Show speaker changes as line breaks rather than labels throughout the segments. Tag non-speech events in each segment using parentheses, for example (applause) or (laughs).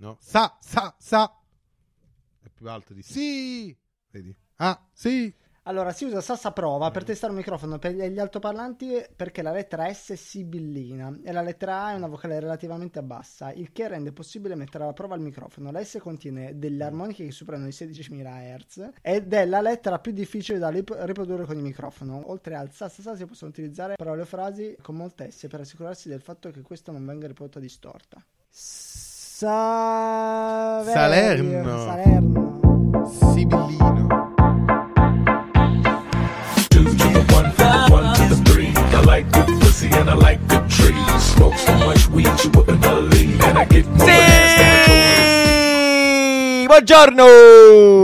No? Sa, sa, sa. È più alto di sì. Vedi? Ah, sì.
Allora, si usa Sassa Prova
Mm.
per testare un microfono per gli altoparlanti perché la lettera S è sibillina e la lettera A è una vocale relativamente bassa, il che rende possibile mettere alla prova il microfono. La S contiene delle
Mm.
armoniche che superano i 16.000 Hz ed è la lettera più difficile da rip- riprodurre con il microfono. Oltre al Sassa Sa si possono utilizzare parole o frasi con molte S per assicurarsi del fatto che questa non venga riprodotta distorta. Sa-
Salerno.
Salerno.
Sibillino.
two to the one, from the one to the three. I like good pussy and I like good trees. Smoke so much weed you wouldn't believe, and I get more ass than a toy.
Sì! Buongiorno!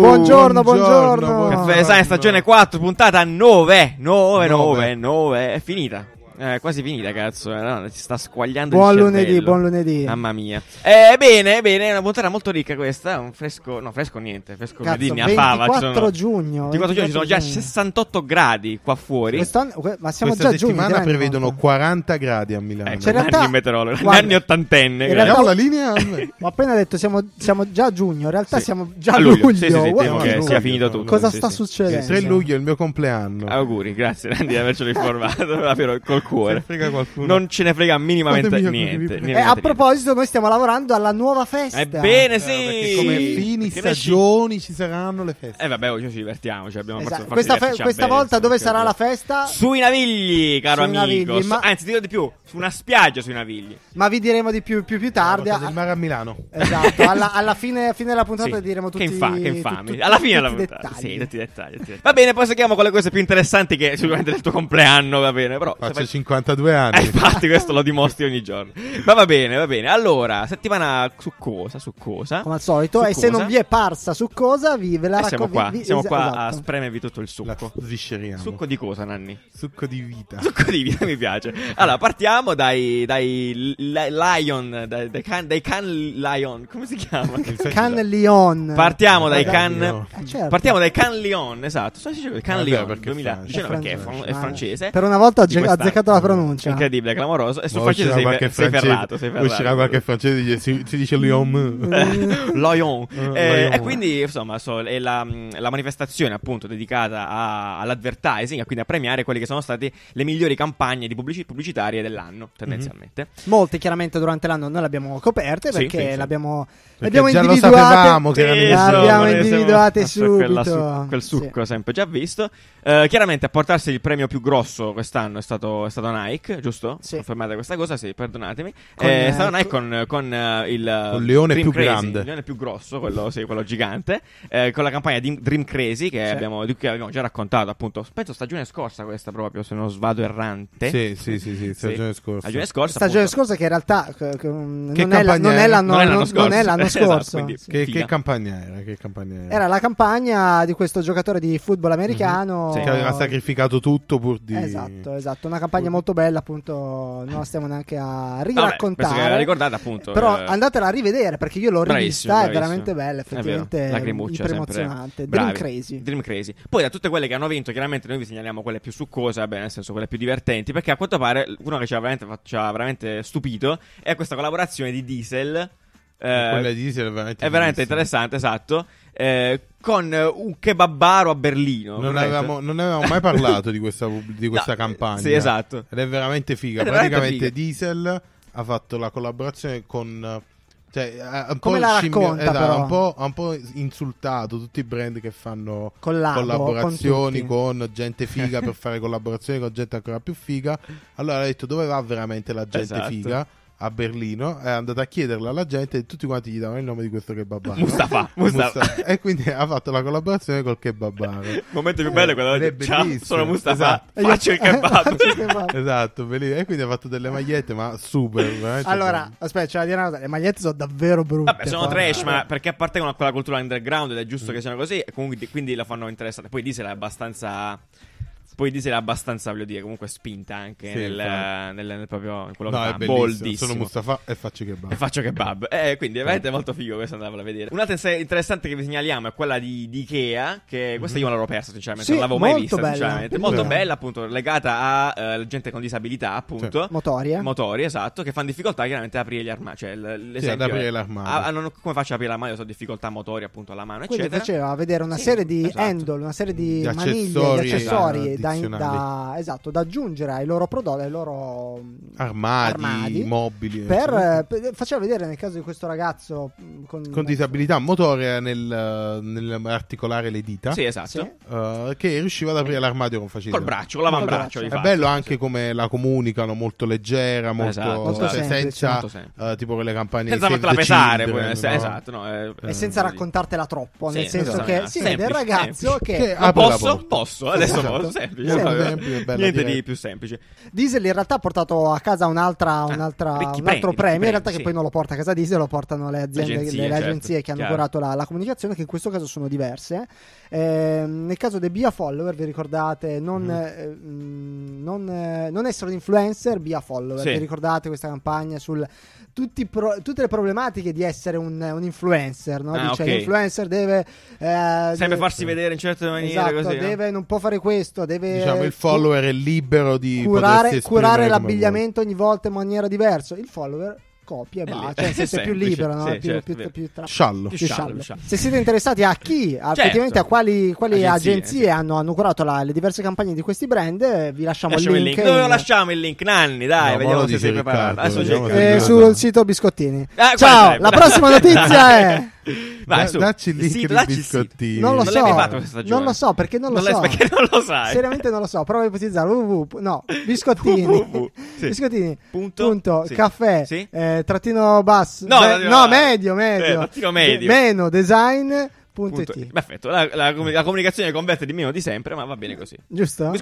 Buongiorno,
Buongiorno,
buongiorno.
Caffè Design, stagione 4, puntata 9, 9, 9, 9, è finita. Eh, quasi finita, cazzo. eh, no, si sta squagliando
Buon
il
lunedì,
cervello.
buon lunedì.
Mamma mia. Eh, bene, bene, è una puntata molto ricca questa. Un fresco, no, fresco niente. Fresco
Cazzo,
lunedì, ne a fava. ci
24
sono-
giugno,
24 giugno, ci sono già
24 giugno.
68 gradi qua fuori.
Quest'anno- que- ma siamo
Questa
già giugno,
settimana
ti rendi
prevedono
conto?
40 gradi a Milano.
Ecco,
Cioè, in
Nanni
realtà-
(laughs) meteorologo,
guarda,
Nanni ottantenne.
in
grazie.
Diamo la
realtà-
(laughs)
linea. Vabbè.
Ho appena detto siamo, siamo già a giugno, in realtà
Sì.
siamo già
A
a
luglio,
luglio.
sì, sì, sì,
Guarda
temo
che
che
luglio.
sia finito tutto.
Cosa
sì,
sta
sì.
succedendo?
Il 3 luglio è il mio compleanno.
Auguri, grazie Nanni di avercelo informato,
(laughs)
davvero col cuore.
Ecco. Se ne frega qualcuno.
Non ce ne frega minimamente
Fatemi capire. Eh, a
niente.
E
minimamente
a
niente.
proposito, noi stiamo lavorando alla nuova festa.
Ebbene sì!
Perché Eh, come fini
Perché noi ci-
stagioni ci saranno le feste.
Eh vabbè, oggi ci divertiamo, cioè abbiamo
Esatto.
fatto- fatto
Questa, fe-
divertirci a
questa
bene,
volta dove
insomma,
sarà la
cazzo.
festa?
Sui navigli, caro
Sui
amico.
Navigli,
Su-
ma-
Anzi, ti dico di più, su una spiaggia sui navigli.
Ma vi diremo di più più, più
La
tardi.
Porta
Ah,
del mare a Milano.
Eh,
Esatto, alla, alla fine, fine della puntata
Sì,
diremo tutti
che infame, che infame.
tutti-
alla fine
tutti
della
i
puntata.
dettagli.
Sì, tutti i dettagli, tutti i dettagli. Va bene, poi seguiamo con le cose più interessanti che sicuramente del tuo compleanno, va bene, però se
Faccio
fai-
52 anni.
Eh, infatti questo
(laughs)
lo dimostri ogni giorno. Ma va bene, va bene. Allora, settimana su cosa, su cosa?
Come al solito,
Su
e se
cosa?
non vi è parsa su cosa, vi ve la
Eh, siamo
racconto.
qua, siamo qua a
esatto.
spremervi tutto il
La
succo.
svisceriamo.
Succo di cosa, Nanni? (laughs)
Succo di vita.
Succo di vita mi piace. Allora, partiamo dai, dai li- Lion, dai, dai can, dai can Lion, come si
(laughs)
chiama?
Can Leon.
Partiamo dai
Dai
can...
Lion.
Eh, certo.
Partiamo dai Can Lion, esatto. Sono sicuro Can
Eh, beh,
Lion
perché è
2000.
francese.
Dice no, perché è,
È
fran-
francese.
è francese.
Per una volta ho
Di
agge-
quest'anno.
azzeccato la pronuncia.
Incredibile, clamoroso. E sul
Poi
francese
uscirà
sei,
qualche
sei ferrato.
francese-
Sei
poi
ferrato.
Uscirà qualche francese e dice- si, si dice
Eh,
Lyon.
(laughs) Lion.
Eh,
Eh,
Lion.
e quindi, insomma, so- è la, mm, la manifestazione appunto dedicata a- all'advertising, e quindi a premiare quelle che sono state le migliori campagne di pubblici- pubblicitarie dell'anno, tendenzialmente.
Molte chiaramente durante l'anno noi le abbiamo coperte
Sì,
perché
sì, sì.
le abbiamo, le
Perché
abbiamo
già lo
individuate.
sapevamo che erano
Sì,
Eh,
in giro.
le abbiamo
insomma,
individuate
siamo- quella
subito.
su- quel
Sì.
succo sempre già visto. Eh, chiaramente a portarsi il premio più grosso quest'anno è stato, è stato Nike, giusto?
Sì.
Confermate questa cosa, sì, perdonatemi.
Con,
Eh, è
eh,
stato Nike
co-
con, con, eh, il
Con leone
Dream
più
Crazy,
grande.
Il leone più grosso, quello, sì, quello gigante. eh, con la campagna di Dream Crazy che
Sì.
abbiamo, di cui abbiamo già raccontato, appunto. Penso stagione scorsa questa proprio, se non svado errante.
Sì, sì, sì, sì, stagione scorsa.
Stagione scorsa.
Stagione
appunto.
scorsa che in realtà eh, che, mm,
Che
non, è la-
campagna
non
è?
è l'anno,
Non è l'anno
non-
scorso.
non è l'anno
(laughs) Esatto,
scorso.
quindi-
Sì.
Che,
Figa.
che campagna era? Che campagna era?
Era la campagna di questo giocatore di football americano.
Mhm. Sì.
Che aveva sacrificato tutto pur di...
Esatto, esatto, una campagna molto bella, appunto, non la stiamo neanche a
Vabbè, penso che la
riraccontare.
ricordate appunto.
però
eh,
andatela a rivedere perché io l'ho
Bravissimo,
rivista, è
bravissimo.
veramente bella,
È vero,
effettivamente
lacrimuccia
iperemozionante.
sempre.
Dream
Bravi.
Crazy.
Dream Crazy. Poi da tutte quelle che hanno vinto, chiaramente noi vi segnaliamo quelle più succose, beh, nel senso quelle più divertenti, perché a quanto pare uno che ci ha veramente, fa- ci ha veramente stupito è questa collaborazione di Diesel. eh,
Quella di Diesel è veramente
è veramente
bellissima.
interessante, esatto. eh, con eh, un kebabaro a Berlino.
Non,
corretto?
avevamo, non avevamo mai parlato di questa, pub- di questa
(laughs) No, eh,
campagna.
Sì, esatto.
Ed è veramente figa.
Ed è veramente
Praticamente
figa.
Diesel ha fatto la collaborazione con. Cioè, ha un
Come
po'
la
scimmio-
racconta,
esatto,
però?
un po', ha un po' insultato tutti i brand che fanno
Ah, boh,
Collabo,
collaborazioni
con
con, gente figa
(laughs)
per fare collaborazioni con gente ancora più figa. Allora ha detto dove va veramente la gente
Esatto.
figa a Berlino. È andata a chiederla alla gente e tutti quanti gli davano il nome di questo kebabaro. (laughs)
Mustafa, Mustafa.
E quindi ha fatto la collaborazione col kebabaro.
(laughs) Il momento più bello è quello
Ed è
di Ciao,
bellissimo."
sono Mustafa.
Esatto.
(laughs)
Faccio il kebab. (laughs)
Faccio il kebab.
Esatto, bellissimo. E quindi ha fatto delle magliette, ma super. eh, cioè, veramente
Allora,
super.
aspetta, c'è da dire una cosa. Le magliette sono davvero brutte.
Vabbè, sono
poi.
trash, ma perché appartengono a quella cultura underground ed è giusto che siano così, e comunque- quindi la fanno interessante. Poi Diesel è abbastanza. Poi di sera abbastanza, voglio dire, comunque spinta anche
Sì,
nel,
infatti.
nel- nel proprio in quello
No,
che
è
fa,
bellissimo.
boldissimo.
Sono Mustafa e faccio che va.
E faccio kebab. Eh, quindi è veramente molto figo questo andarvelo a vedere. Un'altra inse- interessante che vi segnaliamo è quella di, di Ikea, che questa
Mhm.
io non l'ho persa sinceramente,
Sì,
non l'avevo mai
molto
vista
bella.
sinceramente.
Bellissima.
Molto bella appunto, legata a eh, gente con disabilità appunto.
Motoria.
Motori, esatto, che fanno difficoltà chiaramente ad aprire gli armadi. Cioè, l- l'esempio
ad aprire
è-
l'armadio.
Ah, ah, non- come faccio ad aprire l'armadio? So difficoltà motori appunto alla mano,
Quindi
eccetera.
faceva vedere una
Sì,
serie di
esatto.
handle, una serie di,
Di
maniglie,
accessori,
di accessori
esatto,
da,
addizionali.
da- esatto, da aggiungere ai loro prodotti, ai loro mh,
Armadi,
armadi,
mobili. eh,
per,
sì.
eh, per- faceva vedere nel caso di questo ragazzo mh,
eh,
con,
Con disabilità motorea nel, eh, nell'articolare le dita.
Sì,
Sì.
esatto.
eh, che riusciva ad aprire l'armadio con facilità.
Col braccio, con
Col
l'avambraccio.
braccio.
di
È
fatto.
bello anche come la comunicano, molto leggera, molto,
Esatto,
Molto
cioè,
semplice,
senza
molto semplice.
eh, tipo quelle campagne
Senza
di Save
fartela
the
pesare,
Children,
poi, es-
no?
esatto. No, è-
e senza
così.
raccontartela troppo,
Sì,
nel senso
esatto.
che si
Semplice,
vede il ragazzo
semplice.
che
Che
Ah,
apre la
posso?
porta.
Posso, adesso
Esatto.
posso, semplice.
Sì,
Vabbè.
esempio, è bello
Niente
dire.
di più semplice.
Diesel in realtà ha portato a casa un'altra, un'altra-
Ah, ricchi
un
premi,
altro
ricchi
premio, in
premi,
realtà
sì.
che poi non lo porta a casa Diesel, lo portano le aziende, le
Agenzie,
agenzie,
certo,
che hanno
chiaro.
curato la, la comunicazione, che in questo caso sono diverse. Eh, nel caso dei Bia Follower, vi ricordate, non,
Mhm.
eh, mh, non, eh, non essere un influencer, Bia Follower,
Sì.
vi ricordate questa campagna sul... tutti i pro- tutte le problematiche di essere un, un influencer, no?
Ah,
Dice
ok.
l'influencer deve... eh,
Sempre
deve-
farsi vedere in certe maniere
Esatto,
così. no?
deve, non può fare questo, deve...
Diciamo il follower è libero di potersi
curare,
esprimere
curare
come
l'abbigliamento ogni volta in maniera diversa. Il follower copia e
È
va,
lì-
cioè nel senso è più
Eh, semplice,
libero, no?
sì,
È più,
certo,
più-
vero.
più tra-
vuole. Sciallo.
Più
più
sciallo,
sciallo.
più sciallo.
Se siete interessati a chi, a-
Certo.
effettivamente a quali, quali
Agenzie,
agenzie,
sì.
hanno, hanno curato la- le diverse campagne di questi brand, eh, vi lasciamo,
Lasciamo il link. Dove lo
in-
lasciamo il link, Nanni? Dai,
No,
vediamo
mo lo
se
dice
sei preparato.
Riccardo,
Adesso
vediamo
cerco-
se-
eh,
Eh,
sul sito Biscottini.
Ah, guarda,
Ciao,
ecco,
la
dai.
prossima
(laughs)
notizia è...
Vai,
Da-
su.
Dacci il link
Sì,
di
dacci il sito.
biscottini.
Non lo
Non l'hai
so,
mai fatto questa stagione?
non lo so perché non,
Non
lo
l'hai-
so.
perché non lo sai.
Seriamente non lo so. Prova a ipotizzare. www. No,
(laughs)
biscottini.
www, sì.
Biscottini.
Punto?
punto,
Sì.
caffè.
Sì.
eh, trattino basso.
No,
Beh,
trattino-
no, medio,
Eh,
medio.
trattino medio.
De- meno design. Punto
Punto-
it.
Perfetto, la, la com- la comunicazione converte di meno di sempre, ma va bene così.
Giusto? Mm.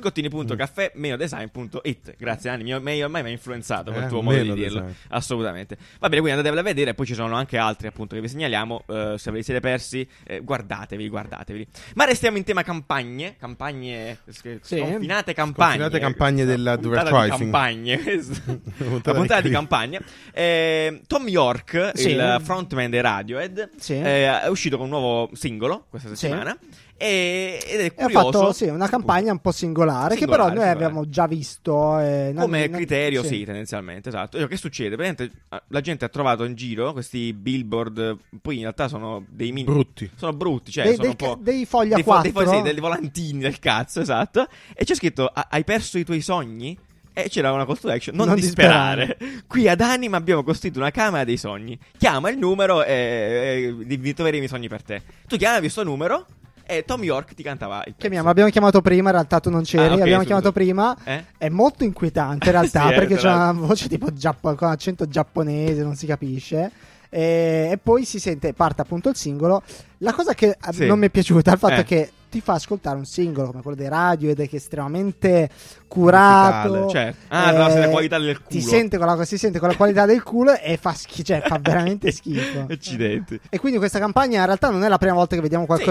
biscottini.caffè-design.it Grazie Anni, mi mi- ormai mi ha influenzato
Eh,
quel tuo modo di
meno
dirlo
design.
Assolutamente Va bene, quindi andatevela a vedere Poi ci sono anche altri appunto che vi segnaliamo Eh, Se ve li siete persi, eh, guardatevi, guardatevi Ma restiamo in tema campagne Campagne, sc-
Sì.
sconfinate campagne
Sconfinate campagne
Questa puntata di
dell'advertising.
(laughs)
campagne questa. La
puntata
puntata
di-
di campagne Eh, Tom York,
Sì.
il frontman dei Radiohead
Sì.
eh, È uscito con un nuovo singolo questa settimana e, ed è
E ha
curioso
fatto sì, una campagna un po' singolare, che però
Singolare,
noi
singolare.
abbiamo già visto. eh, non-
come
non-
criterio, sì. tendenzialmente, esatto. Cioè, Che succede? Praticamente eh, la gente ha trovato in giro questi billboard, eh, poi in realtà sono dei mini...
Brutti.
Sono brutti, cioè
Dei-
sono
dei
un po'...
ca- dei fogli a
dei fo- dei
quattro.
fogli, sì, dei volantini del cazzo, esatto. E c'è scritto, "Ha- hai perso i tuoi sogni? E c'era una call to action, non,
Non
disperare. (laughs) Qui ad Anima abbiamo costruito una camera dei sogni. Chiama il numero e, e di trovare i miei sogni per te. Tu chiamavi questo numero e Tom York ti cantava il pezzo.
Chiamiamo, abbiamo chiamato prima, in realtà tu non c'eri,
Ah, ok,
abbiamo
scusa.
chiamato prima.
Eh?
È molto inquietante in realtà
(laughs) Sì, eh,
perché
tra
c'è una
l'altro.
voce tipo giappo- con accento giapponese, non si capisce. E, e poi si sente, parte appunto il singolo. La cosa che eh,
Sì.
non mi è piaciuta è il fatto
Eh.
che ti fa ascoltare un singolo come quello dei radio ed è che è estremamente curato.
Musicale,
certo. Ah, deve essere la qualità del
Eh, Ti
culo.
sente con la, si sente con la qualità del culo e fa, schi- cioè,
(laughs)
fa
(laughs)
veramente schifo.
Accidenti.
E quindi questa campagna in realtà non è la prima volta che vediamo qualcosa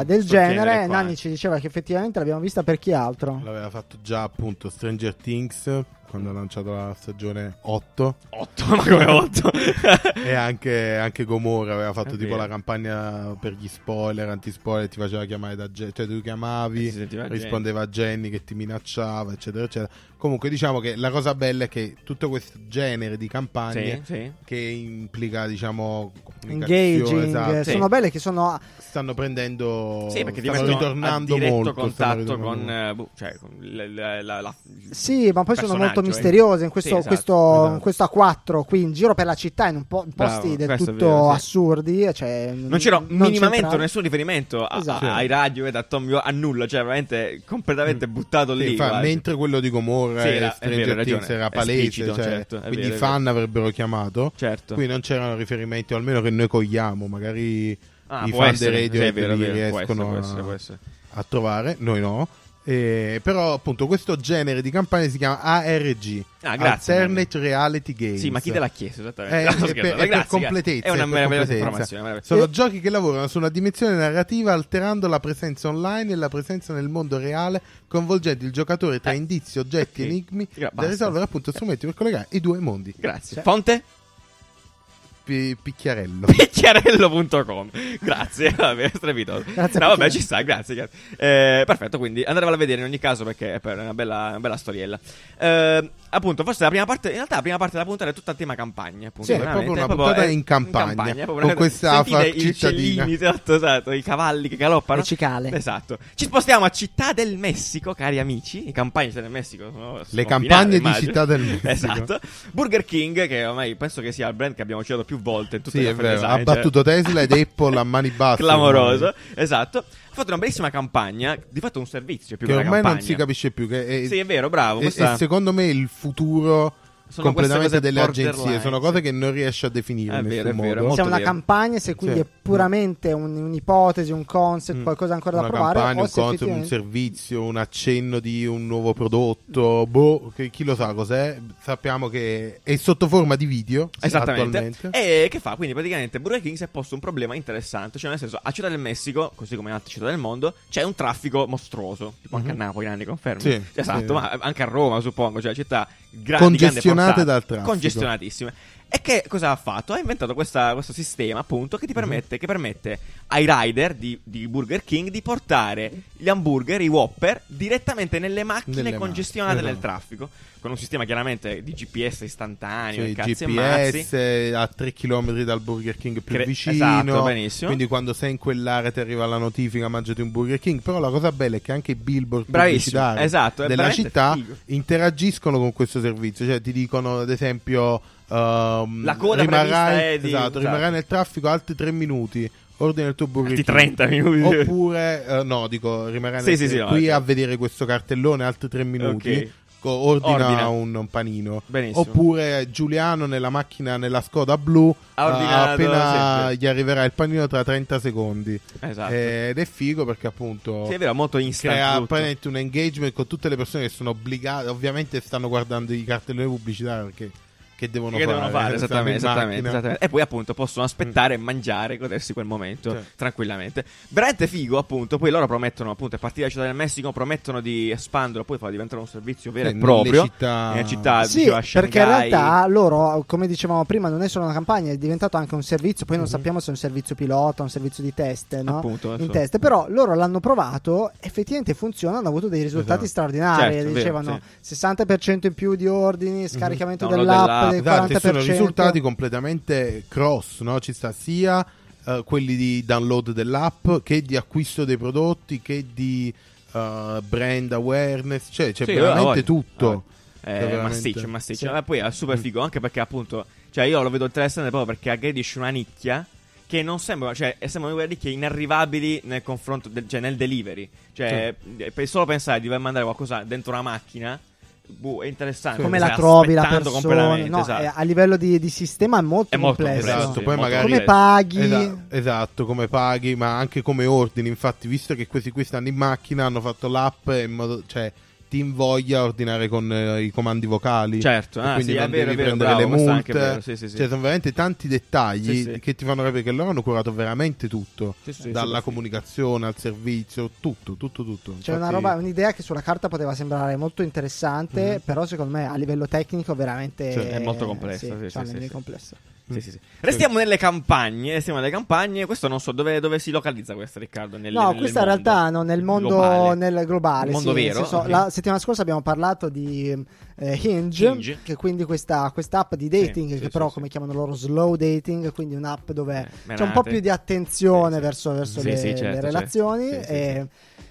esatto,
del
sul
genere.
genere qua. eh.
Nanni ci diceva che effettivamente l'abbiamo vista per chi altro.
L'aveva fatto già appunto Stranger Things quando ha lanciato la stagione 8
8, ma come 8?
e anche, anche Gomorra aveva fatto
È
tipo
vero.
la campagna per gli spoiler, anti-spoiler, ti faceva chiamare da Jenny, cioè tu
E si
chiamavi,
Eh sentiva Jenny.
rispondeva a Jenny che ti minacciava, eccetera, eccetera. Comunque diciamo che la cosa bella è che tutto questo genere di campagne
(laughs) sì, sì.
che implica diciamo comunicazione,
engaging,
esatto,
eh, sono belle che sono
stanno prendendo
Sì, perché
stanno
diventano a
Oh, ritornando
diretto
molto, stanno
contatto
ritornando
con,
molto.
eh, boh, cioè, con l- l- la- la-
sì, ma poi sono
personaggio,
molto
eh.
misteriose in questo,
Sì, esatto.
questo-
esatto.
in questo A4 qui in giro per la città in un po- in
Bravo,
posti del
questo è
tutto
vero, sì.
assurdi, cioè,
Non c'era minimamente
c'entra-
nessun riferimento a-
Esatto.
a- ai radio e da Tom York, a nulla, cioè veramente completamente buttato
Mm. Sì,
lì.
fa-
quasi.
mentre quello di Gomorra
Sì,
e
era- è
Stranger
vero, hai
Things
ragione.
era palese,
Esplicito,
cioè,
certo, è
quindi
vero, è
i fan
vero.
avrebbero chiamato.
Certo.
Qui non c'erano riferimenti, o almeno che noi cogliamo, magari
Ah,
i
può
fan
essere,
dei radio
sì, è vero, è
li
vero, può
riescono
essere, può
a-
essere, può essere.
a trovare, noi no. Eh, però appunto questo genere di campagne si chiama ARG
Ah, grazie,
Alternate Reality Games
Sì, ma chi te l'ha chiesto esattamente?
Eh,
(laughs) No,
è
sto
per-
scherzando.
è per
Grazie,
completezza,
È una
è per
meravigliosa
completezza.
informazione. meravigliosa.
Sono giochi che lavorano sulla dimensione narrativa alterando la presenza online e la presenza nel mondo reale, coinvolgendo il giocatore tra
Eh.
indizi, oggetti e
Ok.
enigmi
Gra-
da
basta.
risolvere appunto strumenti per collegare i due mondi.
Grazie.
Cioè-
Fonte?
Pi-
(laughs)
picchiarello.
Picchiarello.com. Grazie, (laughs) vabbè, strepitoso.
Grazie,
no, vabbè,
Picchiarello.
ci sta, grazie. grazie. Eh, perfetto, quindi andremo a vedere in ogni caso perché è per- è una bella, una bella storiella. Eh, appunto, forse la prima parte, in realtà la prima parte della puntata è tutta a tema campagna.
Sì,
Appunto,
è
veramente,
proprio una puntata in campagna,
è proprio
con
una-
questa
sentite
fa-
i
cittadina.
uccellini, Esatto, esatto, i cavalli che galoppano.
Le cicale.
Esatto. Ci spostiamo a Città del Messico, cari amici. Le campagne di Città del Messico sono sono
campagne di
immagino.
Città del Messico.
Esatto. Burger King, che ormai penso che sia il brand che abbiamo citato più volte in tutte
Sì,
le
è
affari
vero,
design,
ha battuto Tesla ed Apple a mani basse.
Eh, cioè Clamoroso,
ormai.
esatto. Ha fatto una bellissima campagna, di fatto un servizio più
Che
che, una
ormai
campagna.
non si capisce più. Che è,
Sì, è vero, bravo.
e-
questa-
e secondo me il futuro
Sono
completamente
queste cose
delle agenzie
borderline,
sono cose
sì.
che non riesce a definire
È
in
vero,
nessun
è vero,
modo.
molto
Se è una
vero.
campagna, se quindi
Sì.
è puramente un- un'ipotesi, un concept,
Mm.
qualcosa ancora
una
da provare,
campagna,
o
un
se
concept, un
effettivamente-
servizio, un accenno di un nuovo prodotto, boh, che- chi lo sa cos'è, sappiamo che è sotto forma di video
Esatto. Esattamente.
attualmente.
E che fa? Quindi praticamente Burger King si è posto un problema interessante, cioè nel senso a Città del Messico, così come in altre città del mondo, c'è un traffico mostruoso, tipo anche
Mhm.
a Napoli, grandi confermi.
Sì,
esatto,
sì.
ma anche a Roma, suppongo, cioè città gra- di
Congestionate
grande portata,
dal traffico.
Congestionatissime. E che cosa ha fatto? Ha inventato questa- questo sistema appunto
Mhm.
che ti permette, che permette ai rider di, di Burger King di portare gli hamburger, i Whopper, direttamente nelle macchine
Nelle
congestionate
macchine,
nel
esatto.
traffico, con un sistema chiaramente di GPS istantaneo,
Cioè,
e cazzi e mazzi.
GPS a 3 km dal Burger King più
Cre-
vicino.
esatto, benissimo.
Quindi quando sei in quell'area ti arriva la notifica mangiati un Burger King. Però la cosa bella è che anche i billboard
Bravissimo,
pubblicitari
esatto, è
della
veramente
città
figo.
interagiscono con questo servizio. Cioè ti dicono ad esempio ehm,
La coda
rimarrai,
prevista è di-
esatto, rimarrai
esatto.
nel traffico altri 3 minuti. Ordina il tuo Burger
Altri
King.
30 minuti.
Oppure eh, no, dico rimarrai
Sì,
nel-
sì, sì, no,
qui
ok.
a vedere questo cartellone altri 3 minuti.
Ok.
co- Ordina,
Ordina.
Un, un panino.
Benissimo.
Oppure Giuliano nella macchina, nella Skoda blu,
Ha ordinato,
eh, appena
sì, sì.
gli arriverà il panino tra 30 secondi.
Esatto.
Eh, Ed è figo perché appunto
Sì, è vero, molto instant.
crea
tutto.
apparentemente un engagement con tutte le persone che sono obbligate, ovviamente stanno guardando i cartelloni pubblicitari perché che devono
Che
fare,
devono
Stanno
fare,
in
esattamente, esattamente,
macchina.
esattamente. E poi appunto possono aspettare, mangiare, godersi quel momento
Mm. Sì.
tranquillamente. Veramente figo appunto, poi loro promettono appunto, a partire da Città del Messico, promettono di espanderlo, poi farlo diventare un servizio vero
Sì,
e
Eh, nelle
proprio.
città-
Nelle città,
Ah, Sì,
diceva,
perché in
Shanghai.
realtà loro, come dicevamo prima, non è solo una campagna, è diventato anche un servizio. Poi non sappiamo se è un servizio pilota, un servizio di test, no?
Mm-hmm. Appunto,
In
adesso-
test, però loro l'hanno provato, effettivamente funziona, hanno avuto dei risultati
Esatto.
straordinari.
Certo, è vero, Mhm.
Dicevano 60% in più di ordini, scaricamento
Download
dell'app, del
Esatto,
40%.
e sono risultati completamente cross, no? ci sta sia eh, quelli di download dell'app che di acquisto dei prodotti che di eh, brand awareness, cioè c'è
Sì,
veramente
ah, voglio.
tutto.
Ah, Eh,
Cioè, Veramente. Mm.
massiccio, massiccio.
Sì.
Ma poi è super figo anche perché appunto, cioè io lo vedo interessante proprio perché aggredisce una nicchia che non sembra, cioè sembrano quelle nicchie inarrivabili nel confronto, del, cioè nel delivery. Cioè, per solo pensare di dover mandare qualcosa dentro una macchina, boh, è interessante.
Come
stai
la trovi la
aspettando
persona?
completamente,
No,
esatto.
eh, a livello di, di sistema è molto
È molto
complesso.
complesso,
Esatto,
sì,
poi
molto
magari-
Come
complesso.
paghi?
Esa- esatto, come paghi, ma anche come ordini. Infatti, visto che questi qui stanno in macchina, hanno fatto l'app in modo, cioè ti invoglia a ordinare con eh, i comandi vocali.
Certo,
E
ah,
quindi
sì,
non
è vero,
devi
è vero,
prendere
bravo,
le
questo è anche
multe.
vero, sì, sì, sì.
Cioè, sono veramente tanti dettagli
Sì, sì.
che ti fanno capire che loro hanno curato veramente tutto.
Sì, sì, sì,
dalla
sì.
comunicazione al servizio, tutto, tutto, tutto.
C'è una
Infatti-
roba, un'idea che sulla carta poteva sembrare molto interessante,
Mhm.
però secondo me a livello tecnico veramente
Cioè,
è molto complessa, sì,
cioè,
sì,
un
sì,
livello
sì.
complesso.
Sì, sì, sì.
Mm.
Restiamo nelle campagne. Restiamo nelle campagne. Questo non so dove, dove si localizza questa, Riccardo. Nel,
no,
nel
questa in
mondo.
realtà no, nel mondo
Globale.
nel globale,
Il mondo
sì, nel
vero,
senso,
ok.
La settimana scorsa abbiamo parlato di eh, Hinge,
Hinge.
che è quindi questa app di dating,
Sì,
che
sì,
però
sì,
come
sì.
chiamano loro slow dating, quindi un'app dove
Eh,
c'è un po'
menate.
più di attenzione
Sì, sì.
verso, verso
Sì,
le,
sì,
le
certo,
relazioni.
certo. Sì, sì,
e-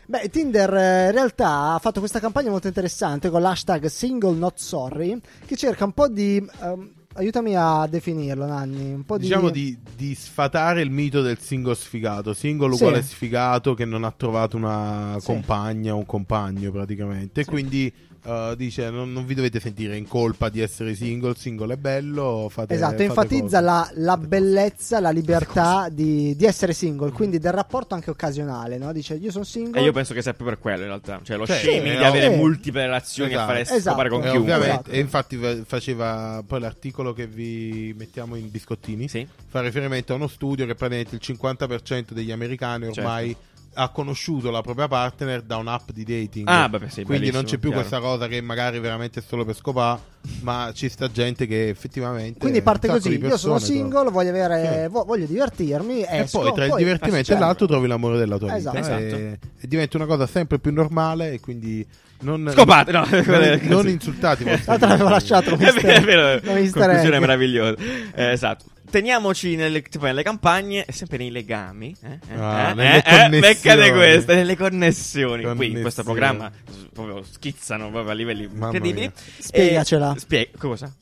Beh, Tinder eh, in realtà ha fatto questa campagna molto interessante con l'hashtag single not sorry, che cerca un po' di... ehm, aiutami a definirlo, Nanni, un po' di...
Diciamo di, di sfatare il mito del singolo sfigato, singolo
Sì.
uguale sfigato che non ha trovato una
Sì.
compagna o un compagno praticamente. E Quindi eh, dice non, non vi dovete sentire in colpa di essere single, il single è bello, fate
Esatto,
Eh, fate
enfatizza
cose.
la, la
Fate
bellezza, la libertà di, di essere single, quindi del rapporto anche occasionale, no? Dice io sono single.
E
Eh,
io penso che sia proprio per quello in realtà. Cioè lo
Cioè,
shaming
sì,
di avere
sì.
multiple relazioni
Esatto.
e fare
Esatto.
scopare con
Eh,
Eh,
chiunque.
ovviamente,
Esatto.
e infatti fa- faceva poi l'articolo che vi mettiamo in biscottini.
Sì.
Fa riferimento a uno studio che praticamente il 50% degli americani
Certo.
ormai ha conosciuto la propria partner da un'app di dating.
Ah, vabbè, sì,
Quindi non
bellissimo,
c'è più
chiaro.
questa cosa che magari veramente è solo per scopà, ma ci sta gente che effettivamente.
Quindi parte
un sacco
così,
di
io sono
persone
single, voglio, avere,
Sì.
vo- voglio divertirmi,
e
esco,
poi tra il divertimento e
faccio-
l'altro trovi l'amore della tua vita
Esatto.
e, e diventa una cosa sempre più normale e quindi non,
Scopate, no. (laughs)
non, non insultati
Tra
vostri
Tra l'altro avevo lasciato un
è vero, è
easter-
vero.
un easter
Conclusione
egg.
meravigliosa. Eh, esatto. Teniamoci nelle, tipo nelle campagne e sempre nei legami. Eh, eh,
Ah,
eh,
nelle
eh,
connessioni.
beccate queste, nelle connessioni. Qui in
Connessioni.
questo programma s- proprio schizzano proprio a livelli
Mamma
incredibili.
mia.
Spiegacela.
Eh, spie- cosa?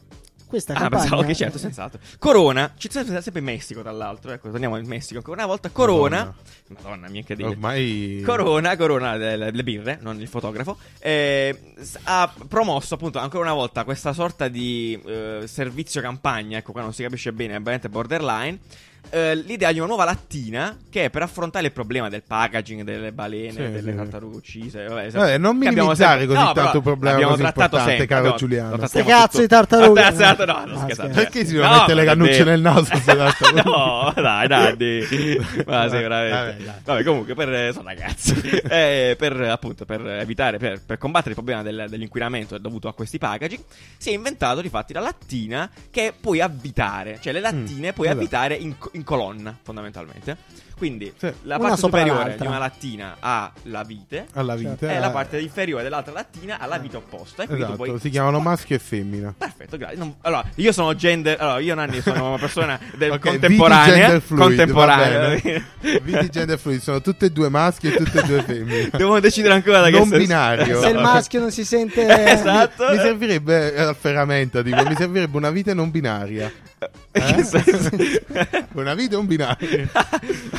Questa
Ah,
campagna
pensavo che certo, senz'altro. Corona, ci siamo sempre in Messico, tra l'altro. Ecco, torniamo in Messico ancora una volta. Corona, Madonna mia, che dire.
ormai
Corona, Corona, le, le- le birre, non il fotografo, eh, s- ha promosso appunto ancora una volta questa sorta di eh, servizio campagna, ecco qua non si capisce bene, è veramente borderline, eh, l'idea di una nuova lattina che è per affrontare il problema del packaging delle balene,
Sì,
delle
sì.
tartarughe uccise, vabbè, esatto.
Vabbè, non
che abbiamo
minimizzare
sempre-
così
no,
tanto
però
il problema
l'abbiamo
così
trattato
importante,
sempre,
caro
abbiamo-
Giuliano.
lo
Ste
trattiamo
cazzo
tutto-
di
(laughs)
tartarughe.
lo trattiamo- no, non
Ah,
scherzate.
scherzo.
Perché si devono mettere le
ma
cannucce
vabbè.
nel naso, se la-
(laughs) no,
(laughs)
dai, dai. Ma sì,
Vabbè,
veramente.
vabbè, dai.
Vabbè, comunque, per. eh, Sono ragazzi. (laughs) Eh, per eh, appunto, per evitare, per, per combattere il problema del- dell'inquinamento dovuto a questi packaging, si è inventato, difatti, la lattina che puoi avvitare. Cioè, le lattine
Mm,
puoi
esatto.
avvitare in, co- in colonna, fondamentalmente. Quindi,
Sì.
la
Una
parte
sopra
superiore
l'altra.
di una lattina ha la vite.
alla
Cioè,
vita
E la parte inferiore dell'altra lattina ha la vite opposta. E quindi tu
Ah, eh. esatto,
puoi
si chiamano maschio e femmina.
Perfetto, grazie. Non- allora, io sono gender. Allora, io Nanni sono una
(laughs)
persona del
Ok, viti
contemporanea.
gender fluid,
contemporanea.
va bene. Viti gender fluid sono tutte e due maschi e tutte e due
(laughs)
femmine.
Devo decidere ancora da che
Non
sesso-
binario.
(laughs)
Se il maschio non si sente...
(laughs)
Esatto.
Eh, Mi servirebbe eh, ferramenta, dico, mi servirebbe una vita non binaria.
In (laughs) che
Eh?
senso?
(laughs) Una vita e un binario.
(laughs)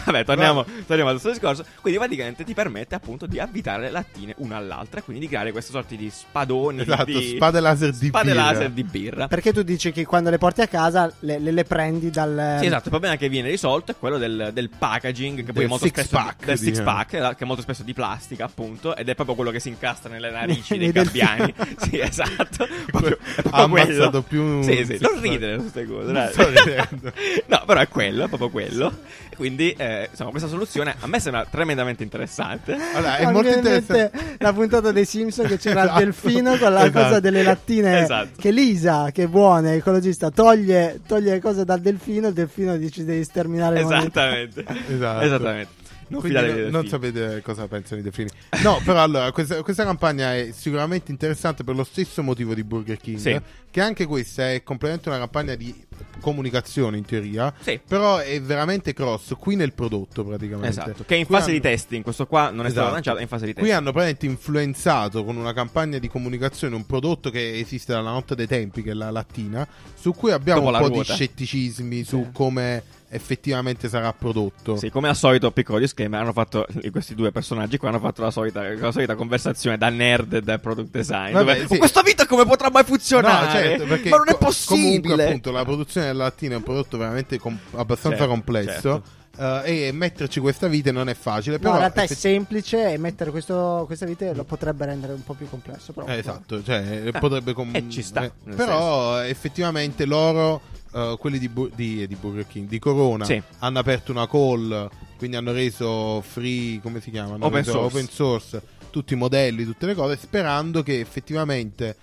Vabbè, torniamo, torniamo al suo discorso. Quindi, praticamente ti permette appunto di avvitare le lattine una all'altra. e Quindi di creare queste sorti di spadoni.
Esatto,
di...
spade laser di
spade
birra.
laser di birra.
Perché tu dici che quando le porti a casa le, le- le prendi
Eh,
dal...
Sì, esatto, il problema che viene risolto è quello del, del packaging, che poi
Del
è molto
six
spesso
pack,
del six
diciamo.
pack, eh, che è molto spesso di plastica, appunto, ed è proprio quello che si incastra nelle
(laughs)
narici
Nei
dei
delfini.
gabbiani. sì, esatto. Proprio, è
Ha
proprio
ammazzato
quello.
più un
Sì, sì,
six
non
pack.
ridere su queste cose.
Non
dai.
sto ridendo.
(laughs) no, però è quello, è proprio quello. E Quindi, eh, insomma, questa soluzione a me sembra tremendamente interessante.
Allora, è
Ah, mi
molto
viene in mente
interessante.
La puntata dei Simpson che c'era
Esatto.
il delfino con la
Esatto.
cosa delle lattine.
Esatto.
Che Lisa, che è buona, è ecologista, toglie, toglie le cose dal delfino. Il delfino dice devi sterminare il mondo".
Esattamente.
Esatto.
Esattamente. Non
Quindi
fidatevi
no-
dei
non
delfini.
sapete cosa pensano i delfini. No, però allora, questa, questa campagna è sicuramente interessante per lo stesso motivo di Burger King,
Sì.
che anche questa è completamente una campagna di comunicazione in teoria,
Sì.
però è veramente cross qui nel prodotto praticamente.
Esatto, che è in
Qui
fase di
hanno-
testing, questo qua non è stato
Esatto.
lanciato, è in fase di
Qui
testing.
hanno praticamente influenzato con una campagna di comunicazione un prodotto che esiste dalla notte dei tempi, che è la lattina, su cui abbiamo
Dopo
un
la
po'
ruota.
di scetticismi
Sì.
su come effettivamente sarà prodotto.
Sì, come al solito, piccolo disclaimer, hanno fatto (laughs) questi due personaggi qua hanno fatto la solita, la solita conversazione da nerd e da product design.
Vabbè,
dove,
sì.
"Ma Questa vita come potrà mai funzionare?
No, certo, perché
Ma non è
co-
possibile.
Comunque, appunto, la produzione del lattino è un prodotto veramente com- abbastanza
Certo,
complesso. eh, e metterci questa vite non è facile.
No,
Però
in realtà è
effett-
semplice e mettere questo, questa vite lo potrebbe rendere un po' più complesso. Però,
eh, esatto, cioè,
Ah,
potrebbe com-
e ci sta,
eh,
nel
però effettivamente loro, eh, quelli di, Bu- di, di Burger King, di Corona,
Sì.
hanno aperto una call, quindi hanno reso free, come si chiama? Hanno
Open
reso
source.
open source tutti i modelli, tutte le cose, sperando che effettivamente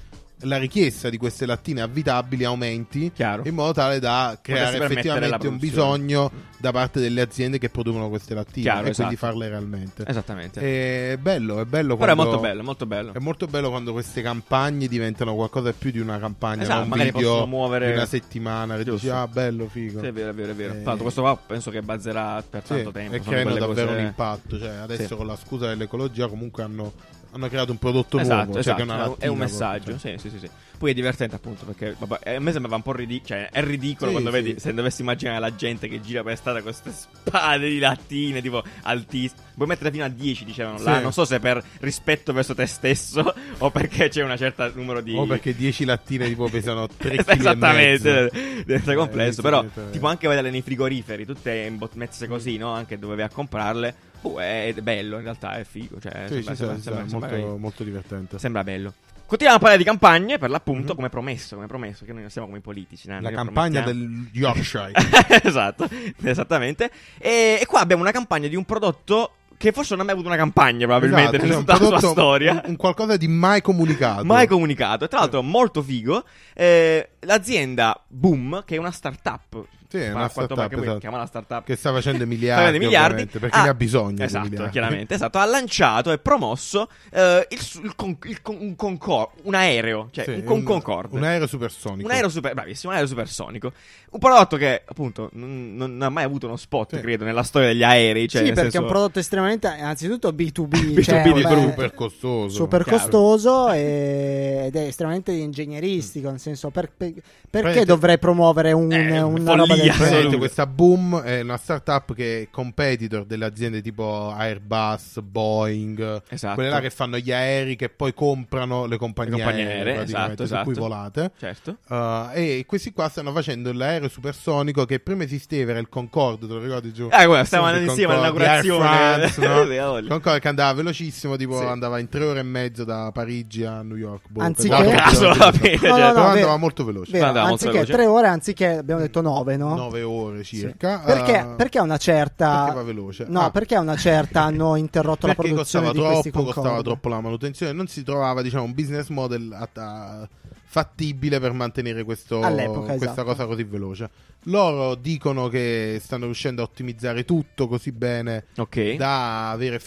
la richiesta di queste lattine avvitabili aumenti
Chiaro.
in modo tale da creare
Certo. permettere la
effettivamente un
produzione.
bisogno da parte delle aziende che producono queste lattine
Chiaro,
e
esatto.
quindi farle realmente.
Esattamente.
È bello, è bello
Però è
eh, quando-
molto bello, molto bello.
è molto bello quando queste campagne diventano qualcosa di più di una campagna,
Esatto,
non un
magari
video
possono muovere-
di una settimana che dici
Giusto.
ah bello figo.
Sì, è vero, è vero, è vero.
Eh,
Tra l'altro questo qua penso che bazzerà per
sì,
tanto tempo.
e
sono
creano
quelle
davvero
cose- eh.
un impatto, cioè adesso
Sì.
con la scusa dell'ecologia comunque hanno, hanno creato un prodotto
Esatto,
nuovo, cioè
esatto,
che è, una
è un- è
lattina
un messaggio,
proprio, cioè.
sì, sì, sì, sì. Poi è divertente appunto perché vabbè, a me sembrava un po' ridicolo, cioè è ridicolo
Sì,
quando
sì.
vedi, se dovessi immaginare la gente che gira per portata queste spade di lattine, tipo altissime. Puoi mettere fino a 10, dicevano là.
Sì.
Non so se per rispetto verso te stesso (laughs) o perché c'è un certo numero di...
O Oh, perché 10 lattine tipo
(laughs)
pesano 3 kg.
Esattamente, diventa
Eh,
complesso.
sì, Mm.
Però,
esattamente.
tipo, anche vederle nei frigoriferi, tutte in bot- messe così, no? Anche dove vai a comprarle. Uh, è è bello, in realtà è figo. Cioè,
Sì,
sembra,
ci sta, ci
sembra-
sta,
sembra- sembra
molto,
carino.
molto divertente.
Sembra bello. Continuiamo a parlare di campagne, per l'appunto,
Mhm.
come promesso, come promesso, che noi non siamo come i politici. no?
La
Noi
campagna
promettiamo-
del Yorkshire.
(laughs) esatto, esattamente. E, e qua abbiamo una campagna di un prodotto che forse non ha mai avuto una campagna, probabilmente,
Esatto, cioè,
nella
un
tutta la sua
prodotto-
storia.
Un, un qualcosa di mai comunicato.
Mai comunicato. E tra l'altro, molto figo. eh, l'azienda Boom, che è una startup.
Sì, è
Ma
una
quanto
startup,
che vuoi
esatto.
chiamarla startup.
Che sta
(laughs)
facendo miliardi,
Sta dei miliardi
ovviamente, perché
ha-
ne ha bisogno di
esatto,
miliardi.
chiaramente esatto ha lanciato e promosso eh, il su- il con- il con- un, concor- un aereo cioè
Sì,
un, con- Concorde
Un aereo supersonico.
un aereo super, bravissimo, un aereo supersonico. Un prodotto che, appunto, n- non, non ha mai avuto uno spot,
Sì.
credo, nella storia degli aerei. Cioè,
sì,
nel
perché è
senso-
un prodotto estremamente. Anzitutto B2B,
B2B
cioè,
di
vabbè,
super costoso.
super
Chiaro.
costoso e- ed è estremamente ingegneristico. Nel senso, per- per- perché
Prendete-
dovrei promuovere un,
Eh,
una roba del
follia.
genere?
Praticamente
Assoluto.
questa Boom è una startup che è competitor delle aziende tipo Airbus, Boeing,
Esatto.
quelle là che fanno gli aerei che poi comprano le compagnie,
Le compagnie
aeree,
aeree,
praticamente,
esatto,
su cui
esatto.
volate.
Certo.
Uh, e questi qua stanno facendo l'aereo supersonico che prima esisteva, era il Concorde, te lo ricordi giù?
Eh, guarda, stavamo
Sì, il
insieme
Concorde,
all'inaugurazione.
Air
(laughs)
France, no?
Sì, ha
Il
voglia.
Concorde che andava velocissimo, tipo
Sì.
andava in tre ore e mezzo da Parigi a New York. boh,
Anziché-
pensavo
Guarda
che
caso,
fosse-
alla fine,
No,
cioè,
no,
però
no,
andava
ve-
molto veloce.
Vero,
Andiamo,
anziché
veloce.
tre ore, anziché abbiamo detto nove, no?
9 ore
Sì.
circa.
Perché,
Uh,
perché una certa.
perché va veloce.
No,
Ah.
perché una certa hanno interrotto la
Perché
produzione
costava
di questi
troppo, costava
Concorde?
troppo la manutenzione, non si trovava diciamo, un business model at- a- fattibile per mantenere questo-
All'epoca,
questa
esatto.
cosa così veloce. Loro dicono che stanno riuscendo a ottimizzare tutto così bene
Ok.
da avere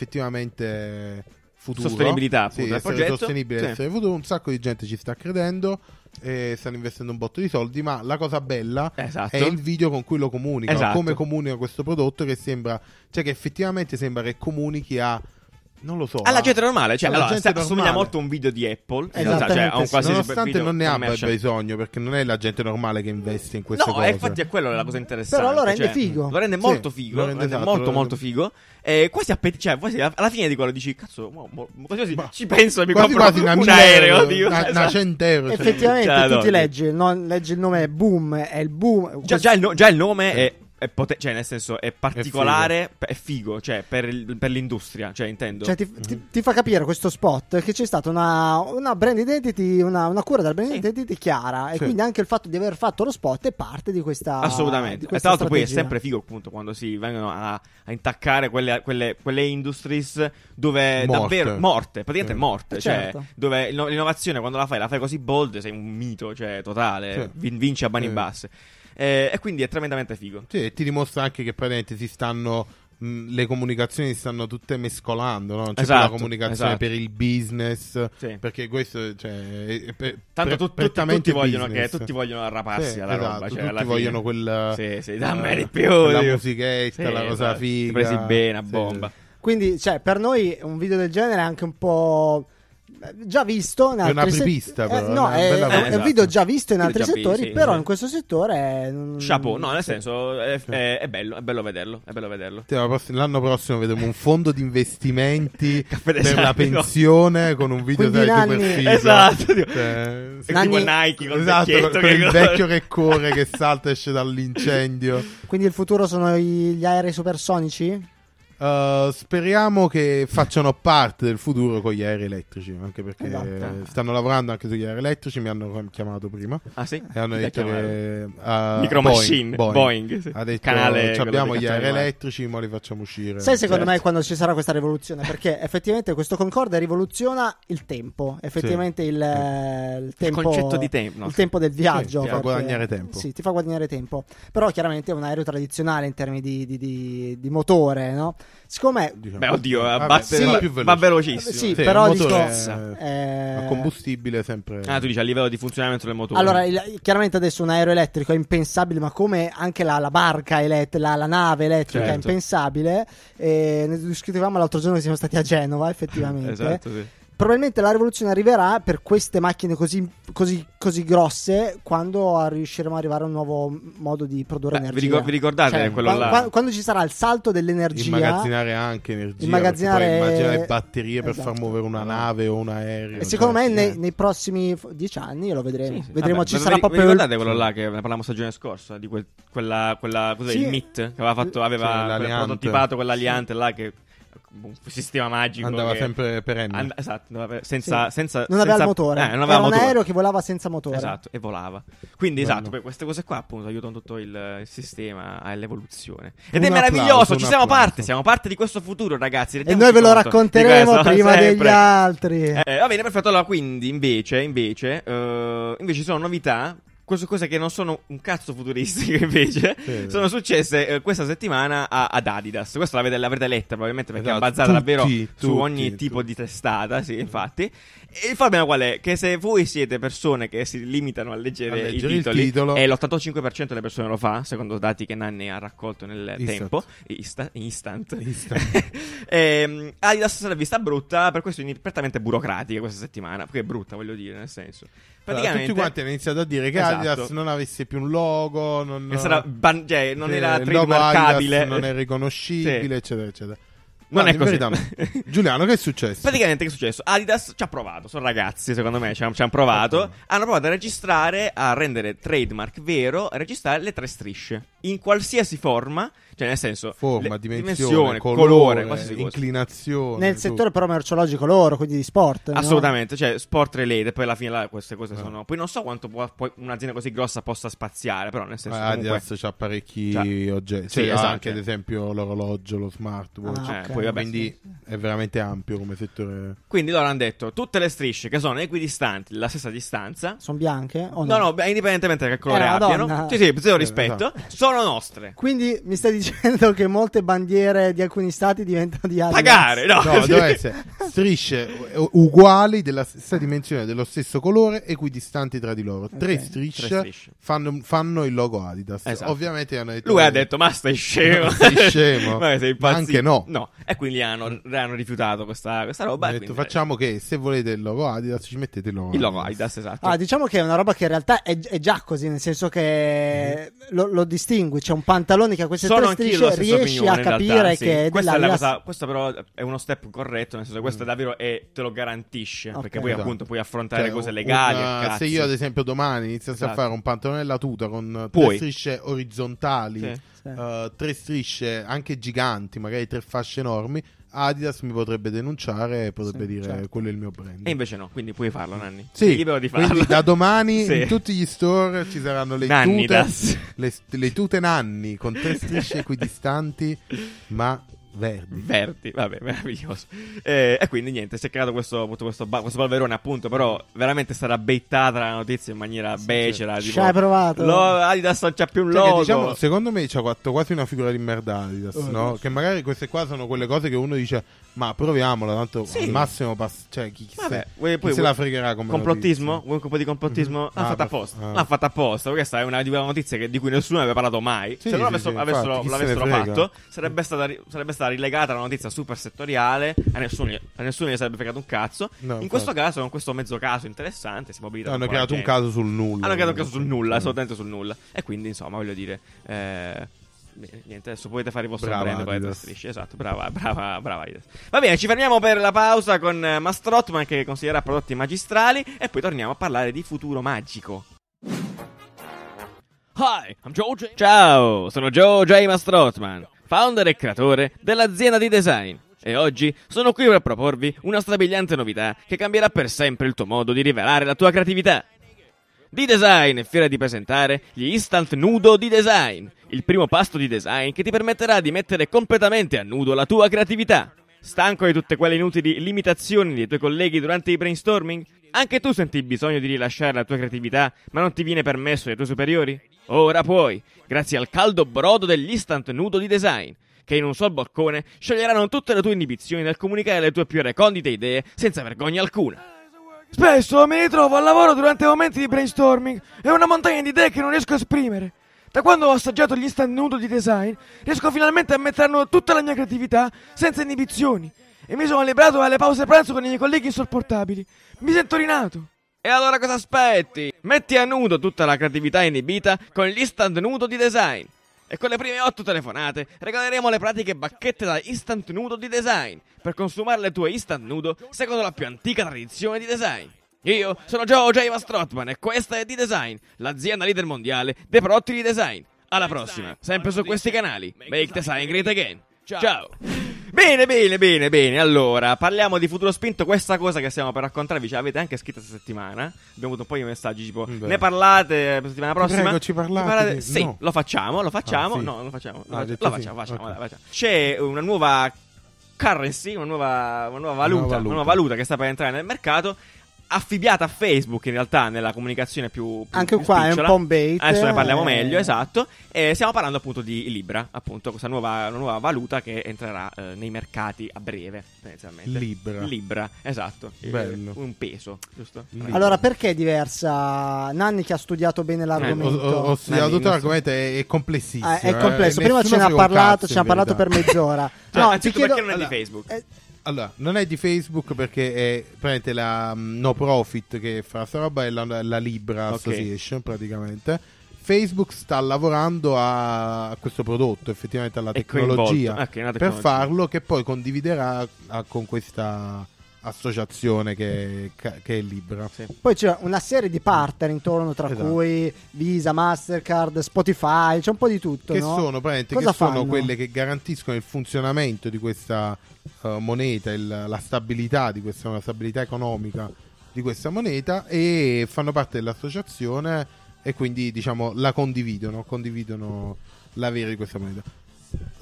effettivamente futuro.
Sostenibilità, appunto,
Sì,
del
essere
progetto.
sostenibile,
Sì.
essere futuro. Un sacco di gente ci sta credendo e stanno investendo un botto di soldi, ma la cosa bella
Esatto.
è il video con cui lo comunica,
Esatto.
come comunica questo prodotto che sembra, cioè che effettivamente sembra che comunichi a non lo so,
alla
a-
gente normale, cioè,
alla
allora,
gente
se- assomiglia
normale.
molto a un video di Apple, in realtà,
Esattamente,
cioè, a un
sì.
qualsiasi
nonostante
video
non ne abbia
commercial.
bisogno, perché non è la gente normale che investe in queste
No,
cose.
eh, infatti è quello la cosa interessante.
Però lo rende
cioè,
figo.
Lo rende
Sì,
molto figo.
lo
Lo
rende
rende,
esatto,
molto,
lo rende-
molto figo. E quasi appet- cioè, quasi alla fine di quello dici, cazzo, mo- mo- quasi così,
Ma-
ci penso e mi
Quasi
compro
quasi una
un
mia-
aereo. dico,
una, una
esatto.
100 euro. cioè.
Effettivamente,
Cioè,
tu
no,
ti
sì.
leggi, no, leggi il nome Boom, è il boom.
Già,
questo-
già il, no- già il nome è, è pote- cioè, nel senso, è particolare, è figo, cioè, per, il- per l'industria, cioè, intendo.
cioè, ti,
Mm.
ti- ti fa capire questo spot che c'è stata una, una brand identity, una, una cura della brand
Sì.
identity chiara. E
Sì.
quindi anche il fatto di aver fatto lo spot è parte di questa.
Assolutamente.
di
E
questa
tra l'altro poi è
strategia.
sempre figo appunto quando si vengono a, a intaccare quelle, quelle- quelle industries dove
Morte.
davvero morte, praticamente
Sì.
morte,
Eh,
cioè
certo.
dove l'inno- l'innovazione quando la fai la fai così bold sei un mito, cioè
Sì.
totale, vin- vinci a mani
Sì.
basse. Eh, e quindi è tremendamente figo.
Sì, e ti dimostra anche che praticamente si stanno mh, le comunicazioni si stanno tutte mescolando, no? Non c'è più
Esatto,
la comunicazione
esatto.
per il business,
Sì.
perché questo cioè, è- è pre- pre-
Tanto tu- tu- tutti,
prettamente
vogliono che,
business.
tutti vogliono arraparsi
Sì,
alla
esatto,
roba, cioè
tutti
alla fine.
vogliono quel
Sì, sì, dammi
eh,
di più.
quella
dico.
musichetta, la cosa
esatto, ti
figa.
Presi bene a
Sì,
bomba.
sì.
Quindi, cioè, per noi un video del genere è anche un po'. eh, Già visto in
È
altri eh,
un'apripista, però,
no,
una
è,
bella
è
cosa.
un
Esatto.
video già visto in
Video
altri
già visto,
settori,
sì,
però
sì.
in questo settore è. non-
Mm.
Chapeau, no, nel
sì.
senso è, è- è bello, è bello vederlo, è bello vederlo.
Sì, la prossima- L'anno prossimo vedremo un fondo di investimenti
(laughs) Caffè
per
d'estate,
la
no?
pensione con un video
Quindi
dai super
Nanni-
figo.
Esatto, dico.
Cioè,
È
Nanni-
tipo Nike col
esatto,
vecchietto
con
che
il
corre.
vecchio che corre, che salta e esce dall'incendio.
Quindi il futuro sono i- gli aerei supersonici?
Uh, speriamo che facciano parte del futuro con gli aerei elettrici, anche perché
Esatto.
stanno lavorando anche sugli aerei elettrici, mi hanno chiamato prima
Ah sì?
e Eh, hanno
Chi
detto
l'ha chiamato?
che uh,
Micro Machine, Boeing, sì.
ha detto
Canale, quello
abbiamo
di
gli
cazzo
aerei
di mare."
elettrici, ma li facciamo uscire.
Sai secondo
certo.
me quando ci sarà questa rivoluzione?
(laughs)
Perché effettivamente questo Concorde rivoluziona il tempo, effettivamente il, eh, il tempo,
concetto di tempo, no,
il
sì.
tempo del viaggio.
Sì, ti fa
perché-
guadagnare tempo.
Sì, ti fa guadagnare tempo. Però chiaramente è un aereo tradizionale in termini di, di- di- di motore, no? Siccome...
Diciamo.
Beh, oddio,
Vabbè,
batte-
sì,
va,
più veloce.
va velocissimo.
Sì,
Sì,
però
il
dico...
motore è- A
eh,
combustibile sempre.
Ah, tu dici a livello di funzionamento del motore.
Allora, il- chiaramente adesso un aereo elettrico è impensabile, ma come anche la, la barca elettrica, la, la nave elettrica è eh,
Certo.
impensabile. E ne discutevamo l'altro giorno che siamo stati a Genova, effettivamente.
(laughs) esatto, sì.
probabilmente la rivoluzione arriverà per queste macchine così, così- così grosse quando riusciremo ad arrivare a un nuovo modo di produrre
Beh, vi
energia.
ricor- vi ricordate
Cioè,
quello
qua-
là?
qua- quando ci sarà il salto dell'energia,
Immagazzinare anche energia.
Immagazzinare-
perché poi Immagina le batterie per
Esatto.
far muovere una nave o un aereo.
e secondo
cioè,
me nei,
eh.
nei prossimi f- dieci anni lo vedremo.
Sì, sì.
Vedremo,
Vabbè,
ci
vi-
sarà
vi-
proprio.
Vi
il-
ricordate quello là che ne parlavamo stagione scorsa? Di quel- quella, quella cos'è,
Sì.
il MIT che aveva, fatto,
Sì,
aveva
l'aliante.
quel prototipato quell'aliante là che un sistema magico
Andava
che-
sempre per N.
and- esatto, andava per- senza,
Eh, Sì.
senza-
non aveva
senza-
il motore.
eh, non aveva
Era
motore.
un aereo che volava senza motore.
Esatto, e volava. Quindi,
Bello.
esatto, per queste cose qua, appunto, aiutano tutto il, il sistema all'evoluzione. Ed
Un
è
applauso,
meraviglioso,
un
ci siamo
applauso.
parte, siamo parte di questo futuro, ragazzi.
E noi ve lo racconteremo prima degli altri.
Eh, va bene, perfetto. Allora, quindi, invece, invece, eh, invece ci sono novità. Cose, cose che non sono un cazzo futuristiche, (laughs) invece,
Sì.
sono successe eh, questa settimana a- ad Adidas. Questa l'avete, l'avrete letta probabilmente perché è
Esatto,
ammazzata davvero
tutti,
su
tutti,
ogni
tutti.
tipo di testata. Sì, infatti. E il problema qual è? Che se voi siete persone che si limitano a leggere,
A
i
leggere il
titoli, eh,
titolo.
e l'85% delle persone lo fa, secondo dati che Nanni ha raccolto nel
Istat.
tempo, Insta- instant,
Esatto. (laughs) Instant.
(laughs) Ehm, Adidas se l'ha vista brutta per questioni prettamente burocratiche questa settimana, perché è brutta, voglio dire, nel senso.
Allora,
Praticamente
tutti quanti hanno iniziato a dire che
Esatto.
Adidas non avesse più un logo, non,
che sarà ban- cioè, non
che
era
il logo Adidas
trademarkabile.
non è riconoscibile,
Sì.
eccetera, eccetera.
Non
Guarda,
è così.
in verità
(laughs)
no. Giuliano, che è successo?
Praticamente che è successo? Adidas ci ha provato, sono ragazzi secondo me, ci hanno, ci hanno provato,
Ottimo.
hanno provato a registrare, a rendere trademark vero, a registrare le tre strisce, in qualsiasi forma, cioè nel senso...
Forma,
le-
dimensione,
colore, qualsiasi cosa.
inclinazione.
Nel
tu.
settore però merceologico loro, quindi di sport. no?
Assolutamente, cioè sport related, poi alla fine là, queste cose
Ah.
sono... Poi non so quanto può- poi un'azienda così grossa possa spaziare, però nel senso...
Ah,
comunque...
Adidas c'ha parecchi
Cioè,
oggetti,
sì,
cioè, ha
esatto,
anche ad
cioè.
esempio l'orologio, lo smartwatch.
Ah,
Eh,
ok.
poi vabbè,
Quindi è veramente ampio come settore.
Quindi loro hanno detto tutte le strisce che sono equidistanti, la stessa distanza.
Sono bianche?
Oh,
o
No, no, beh, indipendentemente da che colore
Eh,
abbiano.
Madonna.
Sì, sì, zero
Eh,
rispetto. Sono nostre.
Quindi mi stai (laughs) dicendo che molte bandiere di alcuni stati diventano di Adidas?
Pagare, no?
No,
Ah, sì.
deve essere strisce u- uguali, della stessa dimensione, dello stesso colore, equidistanti tra di loro. Tre
Ok.
strisce,
Tre strisce.
Fanno, fanno il logo Adidas.
Esatto.
Ovviamente hanno detto...
Lui ha detto, ma stai scemo.
Sei scemo.
(laughs) ma sei
Ma
impazzito.
anche no.
E quindi hanno, hanno rifiutato questa, questa roba.
hanno
e
detto,
quindi-
facciamo che se volete il logo Adidas ci Cioè, mettete il logo
Il logo Adidas, esatto.
Ah, diciamo che è una roba che in realtà è, è già così, nel senso che lo, lo distingui, c'è un pantalone che ha queste
Mm-hmm. Sono
tre
anch'io della
strisce,
stessa
riesci a
opinione, in
capire
realtà, sì.
che è
questa, è la
dell'Adidas.
cosa, questo però è uno step corretto, nel senso che questo davvero è- te lo garantisce,
Ok.
perché poi
Esatto.
appunto puoi affrontare
Cioè,
cose
un-
legali.
una-
a cazzi.
se io ad esempio domani iniziassi
Esatto.
a fare un pantalone e la tuta con
Puoi.
tre strisce orizzontali,
Sì.
Sì.
eh, tre strisce anche giganti, magari tre fasce enormi, Adidas mi potrebbe denunciare e potrebbe
Sì,
dire
certo.
quello è il mio brand.
E invece no, quindi puoi farlo, Nanni.
Sì,
Sei libero di farlo.
quindi da domani
(laughs) Sì.
in tutti gli store ci saranno le
Nanni
tute,
Das.
le, le tute nanni con tre strisce
(laughs)
equidistanti ma verdi.
Verdi, vabbè, meraviglioso. Eh, E, quindi niente, si è creato questo, appunto, questo, ba- questo palverone, appunto, però veramente sarà beittata la notizia in maniera becera.
Ci
eh, tipo,
hai provato?
"Lo- Adidas non c'ha più un
Cioè che,
logo.
diciamo, secondo me ci ha fatto quasi una figura di merda Adidas,
Oh,
no? Che magari queste qua sono quelle cose che uno dice ma proviamola, tanto
Sì.
al massimo pass- cioè chi, chi
Vabbè,
se,
vuoi-
chi
poi-
se la fregherà come
Complottismo?
notizia.
Vuoi un po' di complottismo?
Mhm.
L'hanno
Ah,
fatta
per-
apposta.
ah.
L'hanno fatta apposta. Questa è una di quelle notizie che- di cui nessuno aveva parlato mai.
Sì,
Se loro
sì,
avessero,
sì,
avessero-
infatti, chi se ne
l'avessero
frega.
fatto, sarebbe stata, ri- sarebbe stata rilegata a una notizia super settoriale. A nessuno, gli- a nessuno gli sarebbe fregato un cazzo.
No,
in
infatti.
questo caso, con questo mezzo caso interessante, siamo abilitati.
Hanno creato un caso sul nulla.
Hanno creato un caso sul nulla,
Sì.
assolutamente sul nulla. E quindi, insomma, voglio dire. eh, bene, Niente, adesso potete fare il vostro
Brava
brand con le tre
Adidas.
strisce. Esatto, brava, (laughs) brava, brava Adidas. Va bene, ci fermiamo per la pausa con eh, Master Hotman che consiglierà prodotti magistrali e poi torniamo a parlare di futuro magico. Hi, I'm Joe J. Ciao, sono Joe J. Mastrotman, founder e creatore dell'azienda di design. E oggi sono qui per proporvi una strabiliante novità che cambierà per sempre il tuo modo di rivelare la tua creatività. D-Design è fiera di presentare gli Instant Nudo D-Design, il primo pasto di design che ti permetterà di mettere completamente a nudo la tua creatività. Stanco di tutte quelle inutili limitazioni dei tuoi colleghi durante i brainstorming? Anche tu senti il bisogno di rilasciare la tua creatività, ma non ti viene permesso dai tuoi superiori? Ora puoi, grazie al caldo brodo dell'Instant Nudo di Design, che in un sol boccone scioglieranno tutte le tue inibizioni nel comunicare le tue più recondite idee senza vergogna alcuna. Spesso mi ritrovo al lavoro durante momenti di brainstorming e una montagna di idee che non riesco a esprimere. Da quando ho assaggiato gli stand nudo di design, riesco finalmente a mettere a nudo tutta la mia creatività senza inibizioni.
E mi sono liberato dalle pause pranzo con i miei colleghi insopportabili. Mi sento rinato.
E allora cosa aspetti? Metti a nudo tutta la creatività inibita con l'instant nudo di design. E con le prime 8 telefonate regaleremo le pratiche bacchette da instant nudo di design per consumare le tue instant nudo secondo la più antica tradizione di design. Io sono Joe J. Strotman e questa è D-Design, l'azienda leader mondiale dei prodotti di design. Alla prossima, sempre su questi canali. Make Design Great Again. Ciao. Bene, bene, bene, bene. Allora, parliamo di futuro spinto. Questa cosa che stiamo per raccontarvi ce l'avete anche scritta questa settimana. Abbiamo avuto un po' di messaggi tipo
Beh.
ne parlate la settimana prossima.
prego, ci parlate?
Sì,
No.
lo facciamo, lo facciamo.
Ah, sì.
No, lo facciamo.
Ah, hai
lo
detto sì.
facciamo, facciamo,
Ok.
dai, facciamo. C'è una nuova currency, una nuova, una nuova valuta,
valuta.
una nuova valuta che sta per entrare nel mercato. Affibbiata a Facebook in realtà nella comunicazione più, più
Anche
più
qua è un
spicciola.
po' un bait,
Adesso ne parliamo
eh.
meglio, esatto. E stiamo parlando appunto di Libra, appunto, questa nuova, una nuova valuta che entrerà eh, nei mercati a breve, tendenzialmente.
Libra.
Libra, esatto. Eh,
Bello.
un peso, giusto?
Libra.
Allora, perché è diversa? Nanni che ha studiato bene
Ho,
l'argomento.
Eh, ho, ho studiato
Nanni,
tutto
non so.
l'argomento, è, è complessissimo.
Ah, è
eh.
complesso.
Nessuno
Prima ce ne
frega
ha
un
parlato,
cazzo,
ce ne ha
in
parlato per
verità. (laughs)
mezz'ora. no, ti
Cioè, innanzitutto
chiedo-
perché non è di
allora,
Facebook?
eh,
Allora, non è di Facebook perché è praticamente la mm, no profit che fa sta roba è la, la Libra
Ok.
Association praticamente. Facebook sta lavorando a a questo prodotto, effettivamente alla
È coinvolto.
tecnologia,
Ah, ok, una
per
tecnologia.
farlo che poi condividerà ah, con questa associazione che, che è Libra.
Sì.
Poi c'è una serie di partner intorno, tra
Esatto.
cui Visa, Mastercard, Spotify, c'è un po' di tutto.
Che
Esatto, no?
sono praticamente
Cosa
che sono
fanno?
quelle che garantiscono il funzionamento di questa eh, moneta, il- la stabilità di questa, una stabilità economica di questa moneta e fanno parte dell'associazione e quindi diciamo la condividono, condividono l'avere di questa moneta.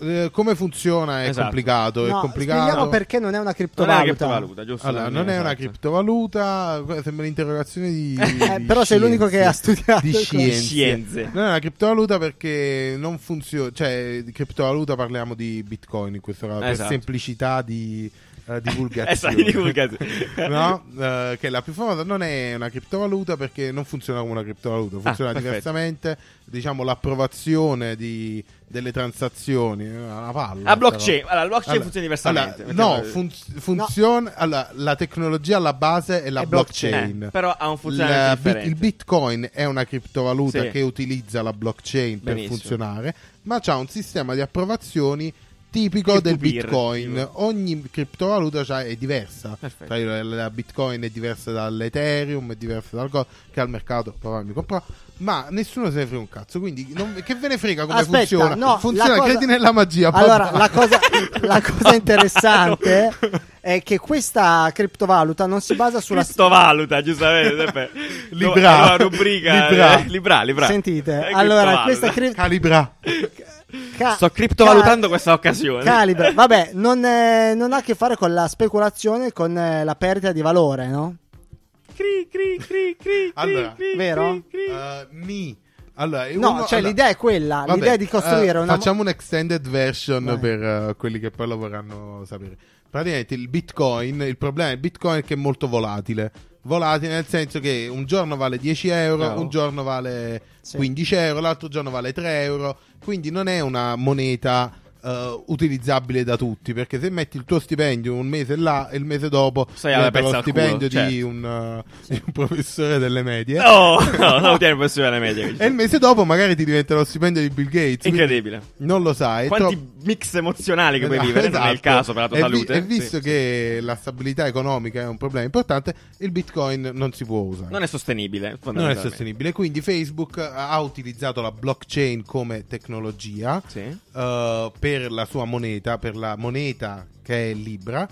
Eh, come funziona è
Esatto.
complicato, è
No,
complicato.
Spieghiamo perché non è una
Non è una
criptovaluta.
criptovaluta, giusto?
Allora, non è una
esatto.
criptovaluta, sembra un'interrogazione di,
(laughs)
di
Eh, però sei l'unico
scienze.
che ha studiato
di
questo.
scienze.
Scienze.
Non è una criptovaluta perché non funziona. Cioè, di criptovaluta parliamo di Bitcoin in questo caso, per
Esatto.
semplicità di eh,
(laughs)
divulgazione.
Esatto, di divulgazione.
no? Eh, che è la più famosa. Non è una criptovaluta perché non funziona come una criptovaluta, funziona
Ah, perfetto.
diversamente. Diciamo l'approvazione di- delle transazioni. è Una palla.
La blockchain,
però.
allora, la blockchain funziona diversamente.
allora, no,
Mettiamo-
fun- funziona. Allora, la tecnologia alla base è la
È blockchain.
blockchain.
Eh, però ha un
La
funzionamento
bit-
differente.
il Bitcoin è una criptovaluta
Sì.
che utilizza la blockchain per
Benissimo.
funzionare, ma c'ha un sistema di approvazioni tipico
Peer to
del
peer,
Bitcoin.
tipo.
Ogni criptovaluta c'ha- è diversa.
Perfetto.
Tra il- la Bitcoin è diversa dall'Ethereum, è diversa dal Gold, che al mercato papà mi comprò. Ma nessuno se ne frega un cazzo, quindi non- che ve ne frega come
Aspetta,
funziona?
no,
funziona,
la cosa-
credi nella magia.
Allora,
papà.
la cosa,
(laughs)
la cosa
(laughs)
interessante è che questa criptovaluta non si basa sulla.
Criptovaluta,
(laughs)
giustamente. sempre.
Libra.
Nuova rubrica.
Libra.
eh, Libra, Libra.
Sentite,
Eh,
allora
criptovaluta.
questa cri-
Calibra.
ca-
Sto criptovalutando
ca-
questa occasione.
Calibra, vabbè, non, eh, non ha a che fare con la speculazione, con eh, la perdita di valore, no?
Cri, cri, cri, cri, cri,
Allora,
cri,
vero?
cri, cri.
Eh, mi. Allora,
No,
uno-
cioè
allora-
l'idea è quella,
Vabbè,
l'idea è di costruire
eh,
una
Facciamo un extended version
Vai.
per eh, quelli che poi lo vorranno sapere. Praticamente il Bitcoin, il problema del Bitcoin è che è molto volatile. Volatile nel senso che un giorno vale 10 euro,
Bravo.
un giorno vale
Sì.
15 euro, l'altro giorno vale 3 euro. Quindi non è una moneta eh, utilizzabile da tutti. Perché se metti il tuo stipendio un mese là e il mese dopo
Sei alla
diventa
pezza
lo
al
stipendio
culo,
di,
certo.
un, eh, di un professore delle medie.
No, no, non tiene possibile la media.
E il mese dopo magari ti diventa lo stipendio di Bill Gates. quindi
Incredibile.
Non lo sai. è
Quanti
troppo-
mix emozionali
(laughs)
che puoi
Esatto,
vivere, non è il
esatto.
caso per la tua
E vi-
salute.
E visto
Sì.
che la stabilità economica è un problema importante, il Bitcoin non si può usare.
Non è sostenibile.
Non è
fondamentalmente.
sostenibile. Quindi Facebook ha utilizzato la blockchain come tecnologia
Sì.
eh, per la sua moneta, per la moneta che è Libra.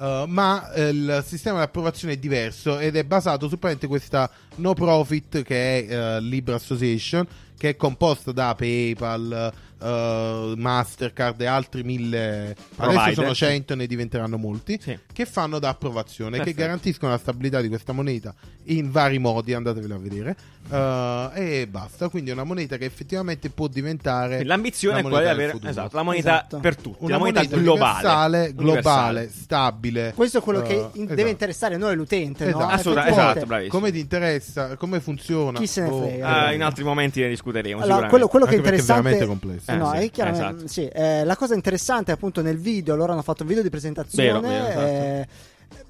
eh, ma eh, il sistema di approvazione è diverso ed è basato su praticamente questa no profit che è eh, Libra Association che è composta da PayPal, eh, Mastercard e altri mille
Provider.
adesso sono 100 ne diventeranno molti
Sì.
che fanno da approvazione che
Perfetto.
garantiscono la stabilità di questa moneta in vari modi andatevelo a vedere eh, e basta quindi è una moneta che effettivamente può diventare
Quindi L'ambizione
Eh, la
è quella di
moneta del
avere
futuro.
esatto, la moneta
Esatto.
per tutti,
una
la moneta, globale,
universale, globale,
Universale.
stabile.
Questo è quello che
Eh,
in-
esatto.
deve interessare noi l'utente, no?
Esatto.
Assolutamente,
Effettivamente.
esatto, bravi. bravissimo.
Come ti interessa? Come funziona? boh.
Chi se ne frega.
Ah, in altri momenti ne discuteremo.
Allora,
sicuramente.
quello, quello che è
Anche perché è
interessante
veramente complesso.
Eh,
no,
sì,
e chiaramente-
esatto.
sì, eh, la cosa interessante è appunto nel video, loro hanno fatto un video di presentazione.
Vero, vero, esatto.
eh,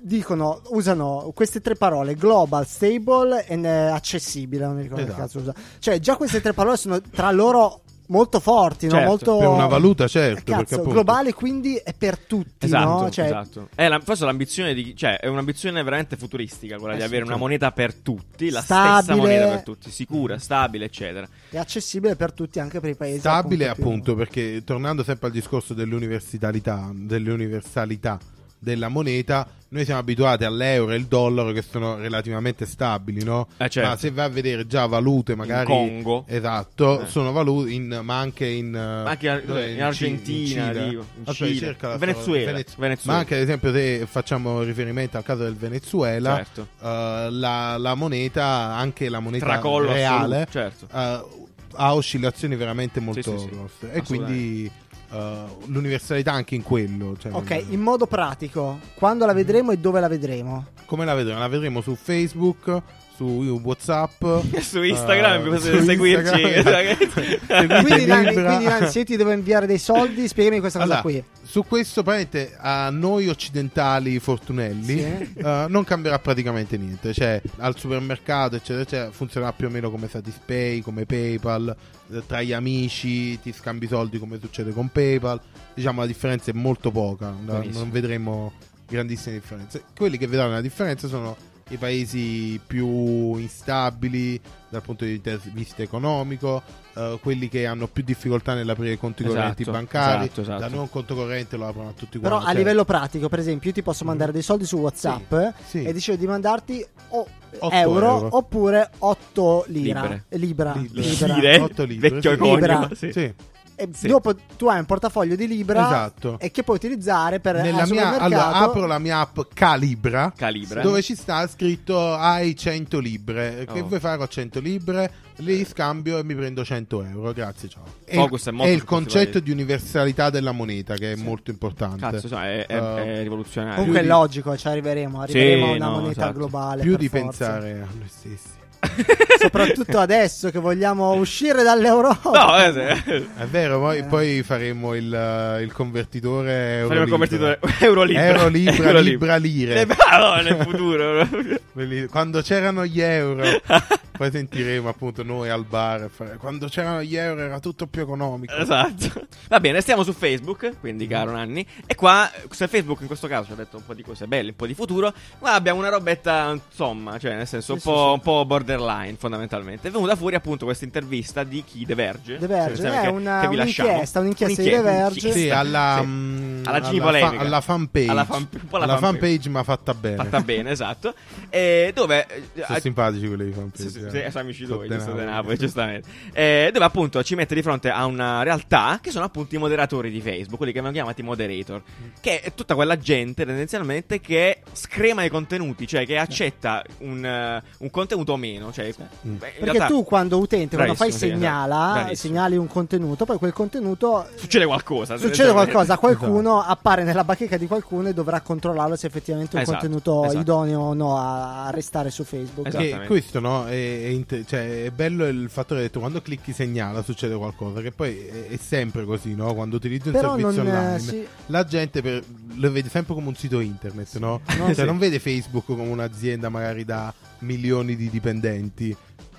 Dicono, usano queste tre parole global, stable e eh, accessibile. Non mi ricordo
Esatto.
che cazzo usa. Cioè, già queste tre parole sono tra loro molto forti, no?
Certo,
molto Eh,
per una valuta, certo,
Cazzo,
perché appunto-
globale quindi è per tutti,
Esatto,
no? Cioè,
esatto. È la- forse l'ambizione di, cioè, è un'ambizione veramente futuristica quella
Eh
di
sì,
avere una
sì.
certo.
moneta per tutti, la stessa
Stabile.
moneta per tutti, sicura, stabile, eccetera.
è accessibile per tutti, anche per i paesi
Stabile
appunto, più-
appunto perché tornando sempre al discorso dell'universalità, dell'universalità della moneta, noi siamo abituati all'euro e al dollaro che sono relativamente stabili, no?
Eh, certo.
Ma se vai a vedere già valute magari
In Congo.
Esatto,
Eh.
sono valute in, ma anche in eh, ma
anche in- in Argentina, dico, in Cile, in Venezuela, Venezuela.
Ma anche ad esempio se facciamo riferimento al caso del Venezuela,
Certo.
eh, la, la moneta, anche la moneta
Tracollo
reale
assoluto, certo.
eh, ha oscillazioni veramente molto
Sì, sì, sì.
grosse. E quindi eh, l'universalità anche in quello. cioè,
Ok, in modo pratico, quando la vedremo e dove la vedremo?
Come la vedremo? La vedremo su Facebook, su Whatsapp.
(laughs) Su Instagram,
eh,
vi potete
su
seguirci. (laughs)
Instagram.
Seguite
quindi, Dani,
Libra.
quindi Dani, se io ti devo inviare dei soldi, spiegami questa cosa
Allora,
qui.
Su questo, praticamente, a noi occidentali fortunelli (laughs)
Sì.
eh, non cambierà praticamente niente. Cioè, al supermercato, eccetera, eccetera, funzionerà più o meno come Satispay, come PayPal, eh, tra gli amici, ti scambi i soldi come succede con PayPal. Diciamo, la differenza è molto poca, no-
Benissimo.
non vedremo grandissime differenze. Quelli che vedranno la differenza sono i paesi più instabili dal punto di te- vista economico, eh, quelli che hanno più difficoltà nell'aprire conti
Esatto,
correnti bancari,
esatto, esatto.
da noi un conto corrente lo aprono a tutti
Però
quanti.
a
cioè, Mm.
livello pratico, per esempio, io ti posso mandare dei soldi su WhatsApp eh,
sì.
e dicevo di mandarti o
Otto
euro,
euro.
oppure 8 lira.
Libere.
Libra.
Libere.
Ah, Libra.
Lire.
Lire,
Otto libri,
vecchio
sì.
conio.
Libra.
sì.
Sì.
E
Sì.
dopo tu hai un portafoglio di Libra
Esatto.
e che puoi utilizzare per
Nella
al
mia,
supermercato.
allora, apro la mia app Calibra,
Calibra. eh.
dove ci sta scritto hai 100 libre. Che
Oh.
vuoi fare? Ho 100 libre, li scambio e mi prendo 100 euro. Grazie, ciao. E
Focus è
il-
molto
il
su questi
concetto
paesi.
di universalità della moneta che è molto importante.
Cazzo, cioè, è, è-
Eh,
è rivoluzionario.
Comunque è
di-
logico, ci arriveremo. Arriveremo a
Sì,
una
no,
moneta
esatto.
globale.
più
per
di
forza.
pensare a noi stessi.
(laughs)
Soprattutto adesso che vogliamo uscire dall'Europa.
No, eh, sì.
È vero, poi,
Eh.
poi faremo il, eh, il convertitore euro
faremo il convertitore Eurolibra.
Euro libra, libra lire.
Eh, bravo, nel
(laughs)
futuro.
Quelli- Quando c'erano gli euro,
(laughs)
poi sentiremo appunto noi al bar. fare- Quando c'erano gli euro era tutto più economico.
Esatto. (laughs) Va bene, stiamo su Facebook,
Mm.
quindi caro Nanni. E qua, se Facebook in questo caso ci ha detto un po' di cose belle, un po' di futuro, ma abbiamo una robetta, insomma, cioè nel senso un,
Sì,
po',
sì, sì.
un po' borderline fondamentalmente. È venuta fuori appunto questa intervista di chi The Verge.
The Verge,
Cioè,
eh,
che-
una-
che vi lasciamo.
un'inchiesta, un'inchiesta di The Verge.
un'inchiesta.
Sì, alla,
Sì.
mm,
Alla Gini
alla
Polemica.
fa- alla fanpage.
Alla fan- un po' alla
Alla
fanpage.
fanpage, ma fatta bene.
Fatta bene, esatto. E dove... eh,
Sono simpatici quelli di
Sì,
fanpage.
sì,
eh.
sì, sono amici tuoi,
Sono
giusto,
denaro.
De Napoli, giustamente. Eh, dove appunto ci mette di fronte a una realtà che sono appunto i moderatori di Facebook, quelli che vengono chiamati moderator,
Mm.
che è tutta quella gente tendenzialmente che screma i contenuti, cioè che accetta un, eh, un contenuto o meno. Cioè,
Mm.
beh, in
Perché
realtà
tu quando utente, quando fai
Bravissimo, sì, esatto.
segnala,
Bravissimo. Esatto.
segnali un contenuto, poi quel contenuto
Succede qualcosa.
succede
tendenzialmente.
qualcosa, qualcuno appare nella bacheca di qualcuno e dovrà controllarlo se effettivamente è un
Esatto,
contenuto
esatto.
idoneo o no a a restare su Facebook.
Esatto.
Che
Esattamente.
questo no, è, è inte- cioè, è bello il fattore che detto, quando clicchi segnala succede qualcosa, che poi è, è sempre così, no? quando utilizzo un
Però non
servizio online
eh, sì,
la gente per- lo vede sempre come un sito internet, no?
No,
Cioè,
sì.
Non vede Facebook come un'azienda magari da milioni di dipendenti,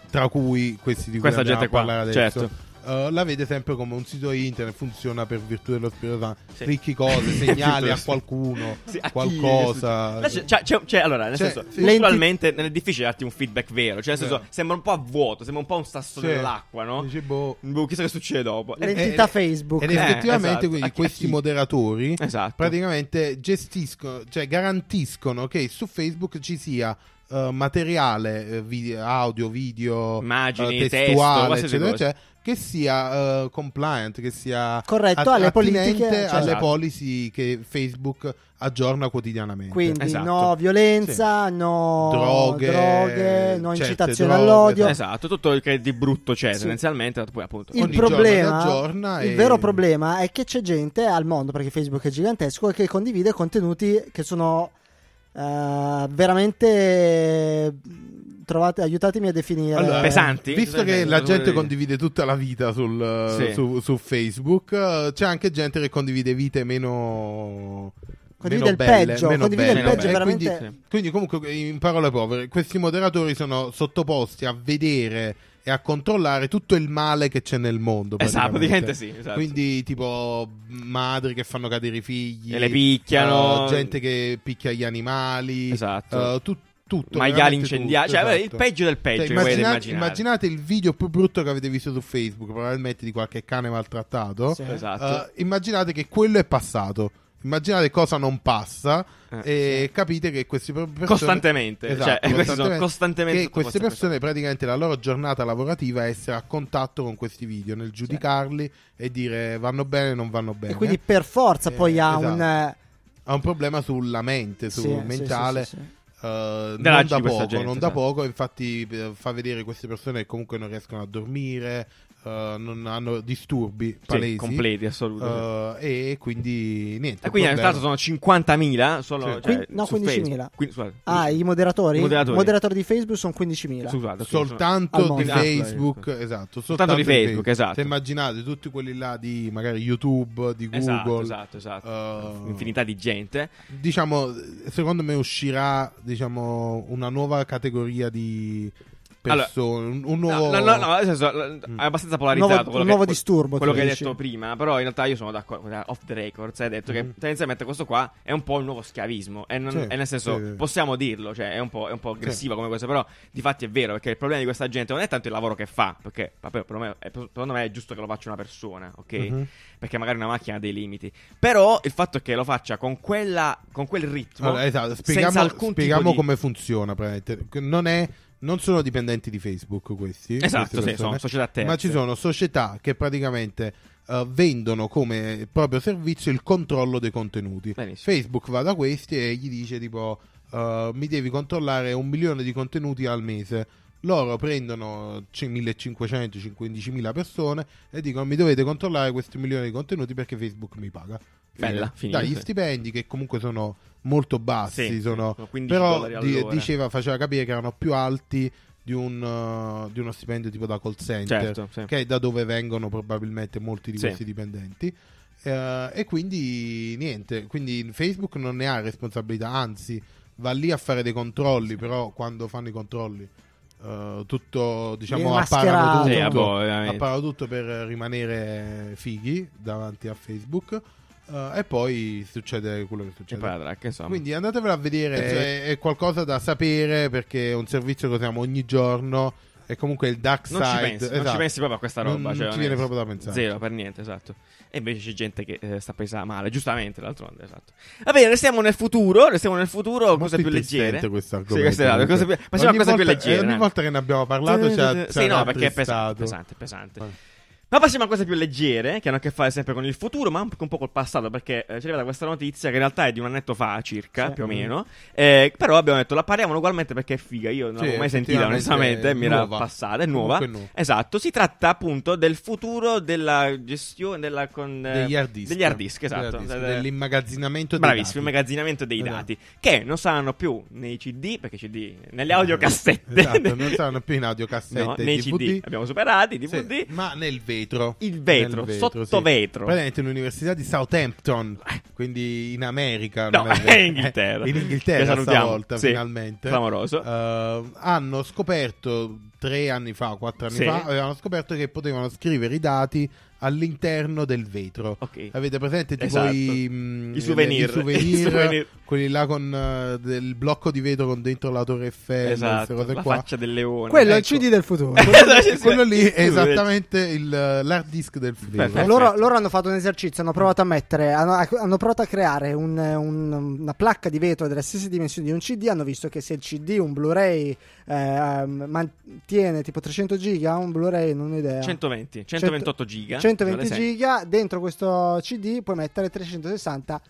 tra cui questi di cui
Questa
andiamo
gente
a
qua,
parlare adesso.
certo.
Eh, la vede sempre come un sito internet, funziona per virtù dello Spirito Santo,
Sì.
clicchi cose, segnali a
(laughs) Sì.
qualcuno,
Sì, a chi-
qualcosa.
Là c'è- c'è- c'è- c'è- allora, nel
Cioè,
senso,
sì.
culturalmente non è difficile darti un feedback vero. Cioè, nel senso,
Vero.
sembra un po' a vuoto, sembra un po' un sasso
Sì.
nell'acqua, no?
Dici, boh.
Boh, chissà che succede dopo.
Eh,
l'entità
eh,
Facebook.
Ed
Eh,
effettivamente
esatto.
quindi
A chi- a
questi
chi?
moderatori
Esatto.
praticamente gestiscono, cioè garantiscono che su Facebook ci sia eh, materiale eh, vi- audio, video,
Immagini,
eh,
testo,
testuale,
qualsiasi
eccetera,
cosa.
eccetera, che sia eh, compliant, che sia
Corretto
att-
alle
attinente
politiche, cioè-
alle
Esatto.
policy che Facebook aggiorna quotidianamente.
Quindi
Esatto.
no violenza, no
Droghe,
droghe, no
certe
incitazione
droghe,
all'odio.
Esatto, tutto il che di brutto c'è
Sì.
tendenzialmente, poi appunto.
Il
Ogni giorno
problema,
si aggiorna
il
Ah, e-
vero problema è che c'è gente al mondo, perché Facebook è gigantesco, che condivide contenuti che sono eh, veramente trovate, aiutatemi a definire. eh,
Allora, pesante. Eh, Pesanti?
Visto che
Dipende,
la gente
cosa vuol dire?
condivide tutta la vita sul, eh,
Sì.
su, su Facebook, eh, c'è anche gente che condivide vite meno. meno
Condivide il
belle,
peggio,
meno
condivide
il
belle.
peggio,
Eh,
veramente-
Esatto,
Quindi, quindi comunque, in parole povere, questi moderatori sono sottoposti a vedere e a controllare tutto il male che c'è nel mondo.
Esatto,
praticamente.
praticamente sì, esatto.
Quindi, tipo, madri che fanno cadere i figli,
E le picchiano.
eh, gente che picchia gli animali,
Esatto.
eh, tu- tutto.
Maiali
veramente
incendiati.
tutto,
Cioè, vabbè, il
esatto.
peggio del peggio.
Cioè,
che voi
immaginate,
immaginate.
immaginate il video più brutto che avete visto su Facebook, probabilmente di qualche cane maltrattato.
Sì.
Esatto.
Eh, immaginate che quello è passato. Immaginate cosa non passa
Eh,
e capite che queste per- persone Esatto,
Costantemente, cioè, questi sono costantemente
che
sotto
queste
questa
persone praticamente la loro giornata lavorativa è essere a contatto con questi video nel giudicarli e dire vanno bene non vanno bene.
E quindi per forza
Eh,
poi ha
esatto.
un... eh,
ha un problema sulla mente, sul
sì, sì,
mentale.
sì, sì, sì.
Eh, non
Della di
da
questa
poco,
gente,
non da
esatto.
poco, infatti eh, fa vedere queste persone che comunque non riescono a dormire, eh, non hanno disturbi palesi.
sì, completi, assolutamente.
eh, e quindi niente.
e quindi in
il
realtà
problema-
sono 50.000 solo
Sì.
cioè,
Quin- no,
su
15.000.
Facebook. Quin- scusate,
Ah, i moderatori?
I moderatori.
di Facebook sono 15.000.
Scusate,
Al
soltanto
mondo.
di
Ah,
Facebook,
ecco.
esatto,
Soltanto di Facebook, esatto.
Se immaginate tutti quelli là di magari YouTube, di Google,
Esatto, esatto, esatto.
eh,
Infinità di gente.
diciamo, secondo me uscirà diciamo, una nuova categoria di
Allora,
persone, un- un nuovo...
No, no, no, nel senso, l-
Mm.
è abbastanza polarizzato
Nuovo-
quello
un
che-
nuovo
que-
disturbo,
quello
tu
che hai
dici.
detto prima, però in realtà io sono d'accordo con- off the record, cioè hai detto
Mhm.
che tendenzialmente questo qua è un po' il nuovo schiavismo e, non-
Sì,
e nel senso
sì, sì.
possiamo dirlo, cioè è un po', è un po' aggressiva come cosa, però di fatti è vero perché il problema di questa gente non è tanto il lavoro che fa, perché vabbè, per me- è- secondo me è giusto che lo faccia una persona, ok?
Mhm.
Perché magari una macchina ha dei limiti, però il fatto è che lo faccia con quella con quel ritmo
Allora, esatto,
senza
spieghiamo,
alcun
spieghiamo
tipo di-
come funziona. praticamente. Non, è- non sono dipendenti di Facebook questi. queste
Esatto, sì,
persone,
sono società terze.
Ma ci sono società che praticamente eh, vendono come proprio servizio il controllo dei contenuti.
Benissimo.
Facebook va da questi e gli dice tipo eh, mi devi controllare un milione di contenuti al mese. Loro prendono c- 1500, 15.000 persone e dicono mi dovete controllare questi milioni di contenuti perché Facebook mi paga.
Bella, finita.
Dagli stipendi che comunque sono molto bassi,
Sì,
sono,
sono 15
però
dollari
di-
all'ora.
diceva, faceva capire che erano più alti di, un, eh, di uno stipendio tipo da call center,
Certo, sì.
che è da dove vengono probabilmente molti di
Sì.
questi dipendenti. Eh, e quindi niente, quindi Facebook non ne ha responsabilità, anzi va lì a fare dei controlli, però quando fanno i controlli eh, tutto diciamo
Viene
apparano
mascherato.
tutto,
Sì, vabbè, veramente.
apparano tutto per rimanere fighi davanti a Facebook eh, e poi succede quello che
Cioè, Che
succede.
poi la track, insomma.
cioè, Quindi andatevelo a vedere,
Eh,
cioè, è qualcosa da sapere perché è un servizio che usiamo ogni giorno e comunque il dark
non ci
side.
pensi, non ci
esatto.
pensi proprio a questa
Non-
roba.
non
cioè,
ci viene
veramente.
proprio da pensare.
Zero, per niente, esatto. E invece c'è gente che eh, sta presa male, giustamente, d'altronde, esatto. Va bene, restiamo nel futuro, restiamo nel futuro, cose più
intristente
leggere.
questo
Sì,
argomento,
questa è la cosa più...
comunque.
Passiamo a
Ogni
cosa più
volta- eh,
leggera.
Ogni volta che ne abbiamo parlato ci ha ci
Sì,
hanno
no, perché è pesante,
attristato.
pesante, pesante. Ma passiamo a cose più leggere, che hanno a che fare sempre con il futuro, ma anche un po' col passato, perché eh, ci è arrivata questa notizia che in realtà è di un annetto fa, circa,
Sì.
Mm.
più o meno. Eh, però abbiamo detto, la pariamo ugualmente perché è figa, io non
Sì,
l'avevo mai sentita,
effettivamente
onestamente,
è
mi era
nuova.
passata, è nuova.
Comunque è nuova.
Esatto, si tratta appunto del futuro della gestione della, con, eh,
Degli hard disk.
Degli hard disk, esatto.
Degli hard disk,
Eh, eh,
Dell'immagazzinamento dei
Bravissimo, il
dati.
magazzinamento dei
Esatto.
dati, che non saranno più nei CD, perché CD, nelle audiocassette.
Esatto, non saranno più in audiocassette
(laughs) No,
e
nei
DVD.
CD, abbiamo superati, i
Sì,
DVD.
ma nel vetro.
Il vetro,
Nel
sotto vetro. Eh.
Praticamente l'università di Southampton, quindi in America.
No,
non
(laughs)
è
è
vero.
in Inghilterra.
Eh, In
Che
Inghilterra
salutiamo,
stavolta,
sì,
finalmente.
clamoroso.
Eh, hanno scoperto tre anni fa, quattro anni
Sì.
fa, avevano scoperto che potevano scrivere i dati all'interno del vetro.
Ok.
Avete presente tipo
Esatto.
i, mm,
I souvenir.
i souvenir,
(laughs) I souvenir.
quelli là con eh, del blocco di vetro con dentro la Torre Eiffel, queste
Esatto,
cose
la
qua.
faccia (laughs) del leone.
Quello è il
Ecco.
CD del futuro.
quello,
Esatto,
quello lì è
sì, sì.
esattamente il, eh, l'hard disk del
Perfetto.
futuro.
Loro, loro hanno fatto un esercizio, hanno provato a mettere, hanno, ecco, hanno provato a creare un- un- una placca di vetro delle stesse dimensioni di un CD, hanno visto che se il CD, un Blu-ray, eh, mantiene tipo 300 giga, un Blu-ray non ho idea.
120,
100
128 giga.
120
giga.
giga, dentro questo CD puoi mettere 360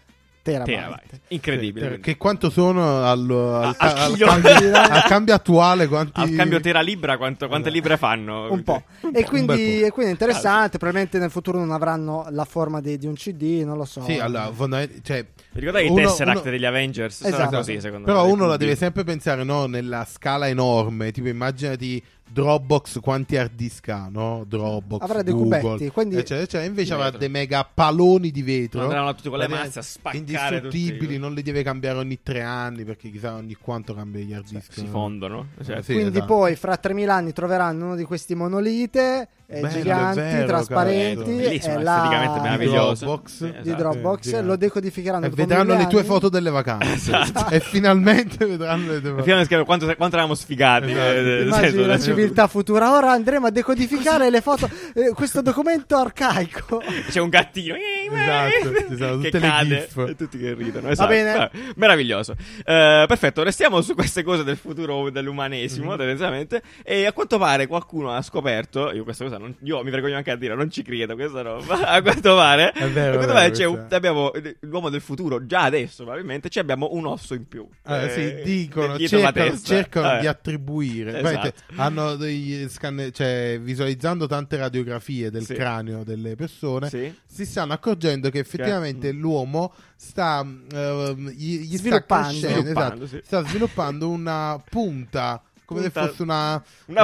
Terabyte.
Terabyte. Incredibile.
Ter-
quindi.
Che quanto sono al, al-
al
al
chilo.
cambio, al cambio attuale? Quanti...
Al cambio Tera Libra, quanto- quante libre fanno?
Un po'. E
bel
quindi,
po'.
e quindi è interessante. Probabilmente nel futuro non avranno la forma di, di un CD, non lo so.
Sì, allora, fondament- cioè,
Vi ricordate i
uno-
Tesseract
uno-
degli Avengers? Sarà
Esatto.
così, secondo
Però
me,
uno la
quindi-
deve sempre pensare no? nella scala enorme. Tipo, immaginati Dropbox quanti hard disk ha, no? Dropbox,
Avrà dei
Google,
cubetti, quindi-
eccetera, eccetera. Invece avrà
Vetro.
dei mega paloni di vetro.
Andranno là tutti con le
Vabbè,
mazze a spaccare
Indistruttibili,
tutti.
non li deve cambiare ogni tre anni perché chissà ogni quanto cambia gli hard disk.
Si fondono. Cioè,
Eh, sì,
Quindi
esatto.
poi fra 3000 anni troveranno uno di questi monolite eh,
Bello,
giganti,
è vero,
trasparenti,
cazzo.
Bellissimo,
e
esteticamente
la...
Di
meraviglioso.
Dropbox.
Sì,
di
esatto.
Dropbox,
Sì,
lo decodificheranno
E
dopo
vedranno
mille
le tue
anni.
foto delle vacanze.
(laughs) Esatto.
E finalmente vedranno le tue
E
vacanze.
fino a scrivere quanto, quanto eravamo sfigati.
Esatto.
eh, nel
Immagini
senso,
la
nel-
civiltà futura. Ora andremo a decodificare le foto. eh, questo documento arcaico.
C'è un gattino eh,
Esatto, ci sono
che
tutte le
cade
gif.
e tutti che ridono. esatto.
bene.
Vabbè, meraviglioso. Eh, perfetto, restiamo su queste cose del futuro dell'umanesimo,
Mm-hmm.
tendenzialmente. E a quanto pare qualcuno ha scoperto. Io questa cosa non- io mi vergogno anche a dire, non ci credo questa roba. (laughs) A quanto pare,
È vero,
a quanto
è
pare
vero
c'è un-
questa.
abbiamo l'uomo del futuro, già adesso, probabilmente, ci abbiamo un osso in più.
Eh,
Eh,
sì, dicono,
dietro la
cercano,
testa.
cercano
Eh.
di attribuire.
Esatto.
Guardate, hanno dei scanne- cioè, visualizzando tante radiografie del
Sì.
cranio delle persone,
Sì.
si stanno accorgendo che effettivamente l'uomo sta ehm, gli, gli
Sviluppando.
sta crescendo,
Sviluppando,
esatto,
sì.
sta sviluppando una punta come
Punta-
se fosse una
Una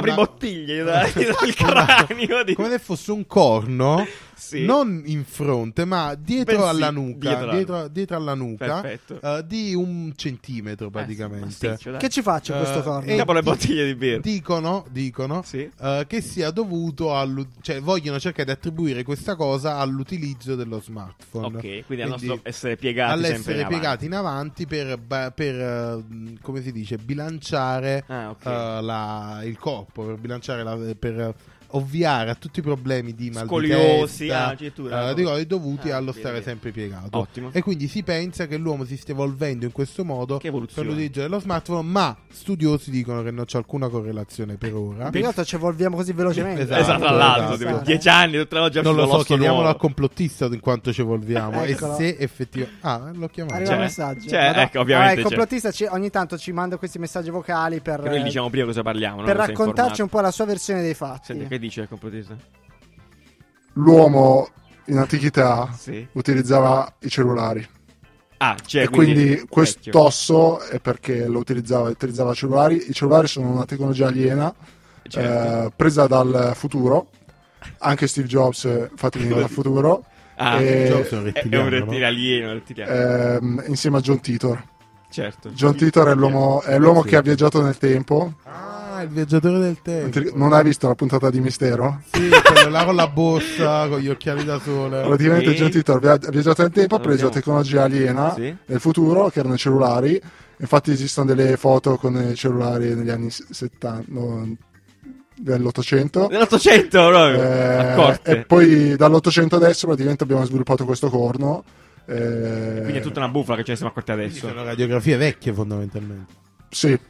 (laughs)
primottiglia dal dal cranio. di-
come se fosse un corno
Sì.
non in fronte ma dietro
Bensì,
alla nuca
dietro alla-
dietro, dietro alla nuca
Perfetto.
eh, di un centimetro
Eh,
praticamente
sì, masticcio, dai.
Che ci faccio questo
Eh,
corno?
e-
Capo le bottiglie di birra.
dicono, dicono
Sì.
eh, che sia dovuto al cioè vogliono cercare di attribuire questa cosa all'utilizzo dello smartphone.
Ok, quindi al nostro essere piegati sempre in
all'essere
avanti.
piegati in avanti per, ba- per, eh, come si dice bilanciare
Ah, ok.
eh, la- il corpo, per bilanciare la- per ovviare a tutti i problemi di mal
Scoliosi,
di testa,
ah, addirittura.
eh, di cose dovuti
Ah,
allo
via,
stare
via.
sempre piegato.
Ottimo.
E quindi si pensa che l'uomo si stia evolvendo in questo modo
Che
per
evoluzione.
l'utilizzo dello smartphone, ma studiosi dicono che non c'è alcuna correlazione per ora.
Più che altro ci evolviamo così velocemente.
Esatto,
Esatto, all'altro,
esatto.
tipo, dieci anni, tutta la oggi
Non lo so, chiediamolo
nuovo.
al complottista in quanto ci evolviamo e
Eccolo.
se effettivamente... Ah, l'ho chiamato.
Arriva
Cioè,
un messaggio.
cioè,
Madonna.
ecco,
Allora,
ovviamente
il
c'è.
complottista ci- ogni tanto ci manda questi messaggi vocali per,
Che noi gli diciamo prima cosa parliamo, no?
per
Non sei
raccontarci
informato.
un po' la sua versione dei fatti.
Senti, che dice il complottista?
l'uomo in antichità
Sì.
utilizzava i cellulari
Ah, c'è
e quindi
vecchio.
quest'osso è perché lo utilizzava, utilizzava i cellulari. I cellulari sono una tecnologia aliena
Certo.
eh, presa dal futuro. Anche Steve Jobs eh, infatti veniva dal (laughs) futuro
Ah,
eh,
Jones è un
è- è
rettiliano,
un
no?
rettile alieno, un rettiliano.
ehm, insieme a John Titor.
certo.
John Titor è l'uomo, è l'uomo che ha viaggiato nel tempo.
Ah, il viaggiatore del
Eh,
tempo.
Non hai visto la puntata di Mistero?
Sì, quello là con la borsa, con gli occhiali da sole.
Praticamente
Sì.
John Titor via- ha viaggiato nel tempo, ha preso
Abbiamo-
tecnologia aliena
Sì.
nel futuro, che erano i cellulari. Infatti esistono delle foto con i cellulari negli anni 70, no, dell'Ottocento.
Nell'Ottocento, proprio.
Eh,
accorte.
e poi dall'Ottocento adesso praticamente abbiamo sviluppato questo corno. eh,
Quindi è tutta una bufala che ce ne siamo accorti
Quindi
adesso.
sono radiografie vecchie fondamentalmente.
Sì,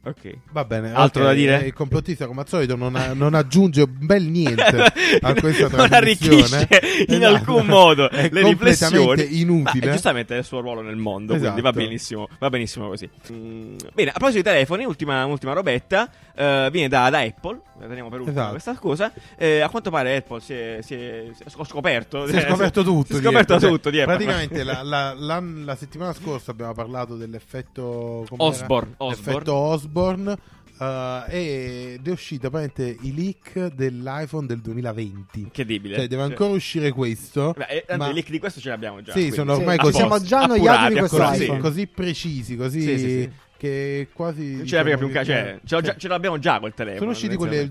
Ok.
Va bene.
Altro
ok,
da dire?
eh, Il complottista, come al solito, non, ha- non aggiunge un bel niente
(laughs)
a questa trasmissione.
non arricchisce in
Esatto.
alcun
(laughs)
modo
È
le
completamente
riflessioni
inutile.
Ma è giustamente il suo ruolo nel mondo quindi
Esatto.
va benissimo va benissimo così Mm, bene a proposito dei telefoni ultima, ultima robetta eh, viene da, da Apple la teniamo per ultima
Esatto.
questa cosa Eh, a quanto pare Apple si è, si è- si è sc- scoperto
si è scoperto tutto.
(laughs) eh, si è
di
scoperto
Apple. Cioè,
tutto di Apple. (laughs)
Praticamente la, la- la- la settimana scorsa abbiamo parlato dell'effetto com'era?
Osborne, Osborne.
L'effetto Osborne. eh, ed è uscito apparentemente i leak dell'iPhone del 2020.
incredibile
Cioè, deve
Cioè,
ancora uscire questo.
beh, eh, tanto
ma-
i link di questo ce l'abbiamo già
Sì,
quindi.
sono ormai
A
così.
posto,
Siamo
già annoiati di
appurati,
questo
accurati.
così,
iPhone.
così precisi, così
Sì, sì, sì.
che quasi
non ce l'abbiamo più
diciamo,
un ca- cioè, ce l'ho già-
sì.
ce l'abbiamo già quel telefono
sono usciti quelli del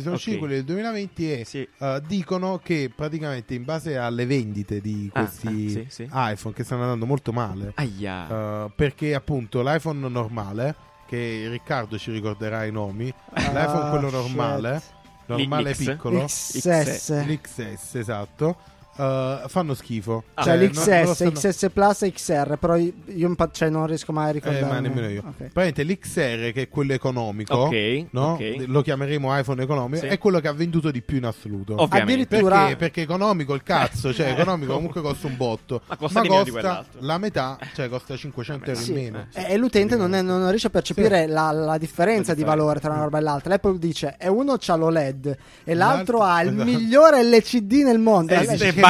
2020, sono
Ok.
usciti quelli del 2020 e
Sì.
eh, dicono che praticamente in base alle vendite di
Ah,
questi
ah, sì, Ah. sì.
iPhone che stanno andando molto male,
Aia.
eh, perché appunto l'iPhone normale, che Riccardo ci ricorderà i nomi,
Ah,
l'iPhone quello
shit.
normale, normale
L'X.
piccolo,
XS.
l'XS esatto, eh, fanno schifo.
Ah.
Cioè
non-
l'XS,
non lo sanno-
XS Plus e XR, però io impa- cioè, non riesco mai a
Eh,
ricordarmi.
ma nemmeno io.
Ok.
Praticamente l'XR, che è quello economico,
Ok,
no?
ok.
lo chiameremo iPhone economico,
Sì.
è quello che ha venduto di più in assoluto.
Ovvio. Ovviamente.
Addirittura
Perché? Perché economico il cazzo,
Eh.
cioè economico comunque costa un botto,
Ma costa di meno di quell'altro. Eh,
la metà, cioè costa 500 euro
Sì, Eh,
in meno.
E e l'utente non, è- non riesce a percepire la, la differenza di valore tra una roba e l'altra. L'Apple dice: e uno c'ha l'OLED e l'altro,
L'altro-
ha il
esatto.
migliore LCD nel mondo.
Eh,
Allora
sì,
dici,
sì. banane,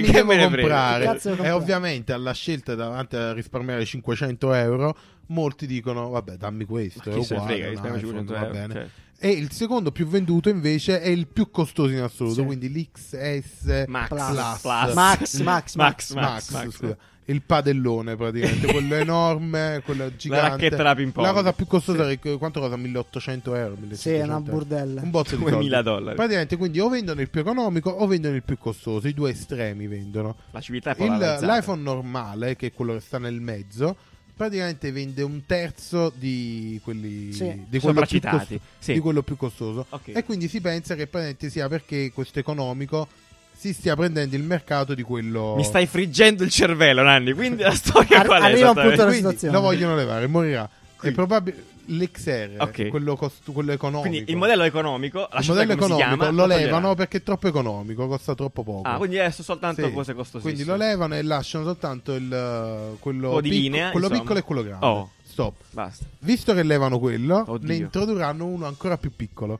che
devo
me ne frega?
comprare?
Che cazzo devo
E
comprare?
ovviamente alla scelta davanti a risparmiare 500 euro, molti dicono vabbè dammi questo, Cioè, è
Chi se ne
uguale,
frega,
un
risparmio
iPhone,
500
va
euro,
bene.
cioè.
E il secondo più venduto invece è il più costoso in assoluto,
Sì.
quindi l'XS
cioè, Max,
Plus.
Plus.
Max, Max,
Max,
Max,
Max, Max.
scusa. Il padellone praticamente, quello enorme, quello gigante.
racchetta da ping pong.
La cosa più costosa, che- quanto cosa? 1800 euro. 1700
Sì, è una
euro.
burdella.
Un botto di soldi.
2000 dollari.
Praticamente quindi o vendono il più economico o vendono il più costoso, i due estremi vendono.
La civiltà è
Il-
polarizzata.
l'iPhone normale, che è quello che sta nel mezzo, praticamente vende un terzo di quelli
Sì.
di quello, più
Sopracitati,
costo-
sì.
di quello più costoso.
Ok.
E quindi si pensa che praticamente sia perché questo economico si stia prendendo il mercato di quello
Mi stai friggendo il cervello, Nanni. Quindi la storia
Ar-
qual è?
arriva un punto
esattamente?
della
Quindi
situazione.
lo vogliono levare, morirà. È
Qui.
probabile l'XR,
Ok.
quello, cost- quello economico.
Quindi il modello economico, la
Il
scelta
modello
come si
economico
chiama,
lo
toglieranno.
levano perché è troppo economico, costa troppo poco.
Ah, quindi adesso soltanto
Sì.
cose costosissime.
Quindi lo levano e lasciano soltanto il, eh, quello,
Quello di
picco-
linea,
quello
insomma.
piccolo e quello grande.
Oh.
Stop.
Basta.
Visto che levano quello,
Oddio.
ne introdurranno uno ancora più piccolo.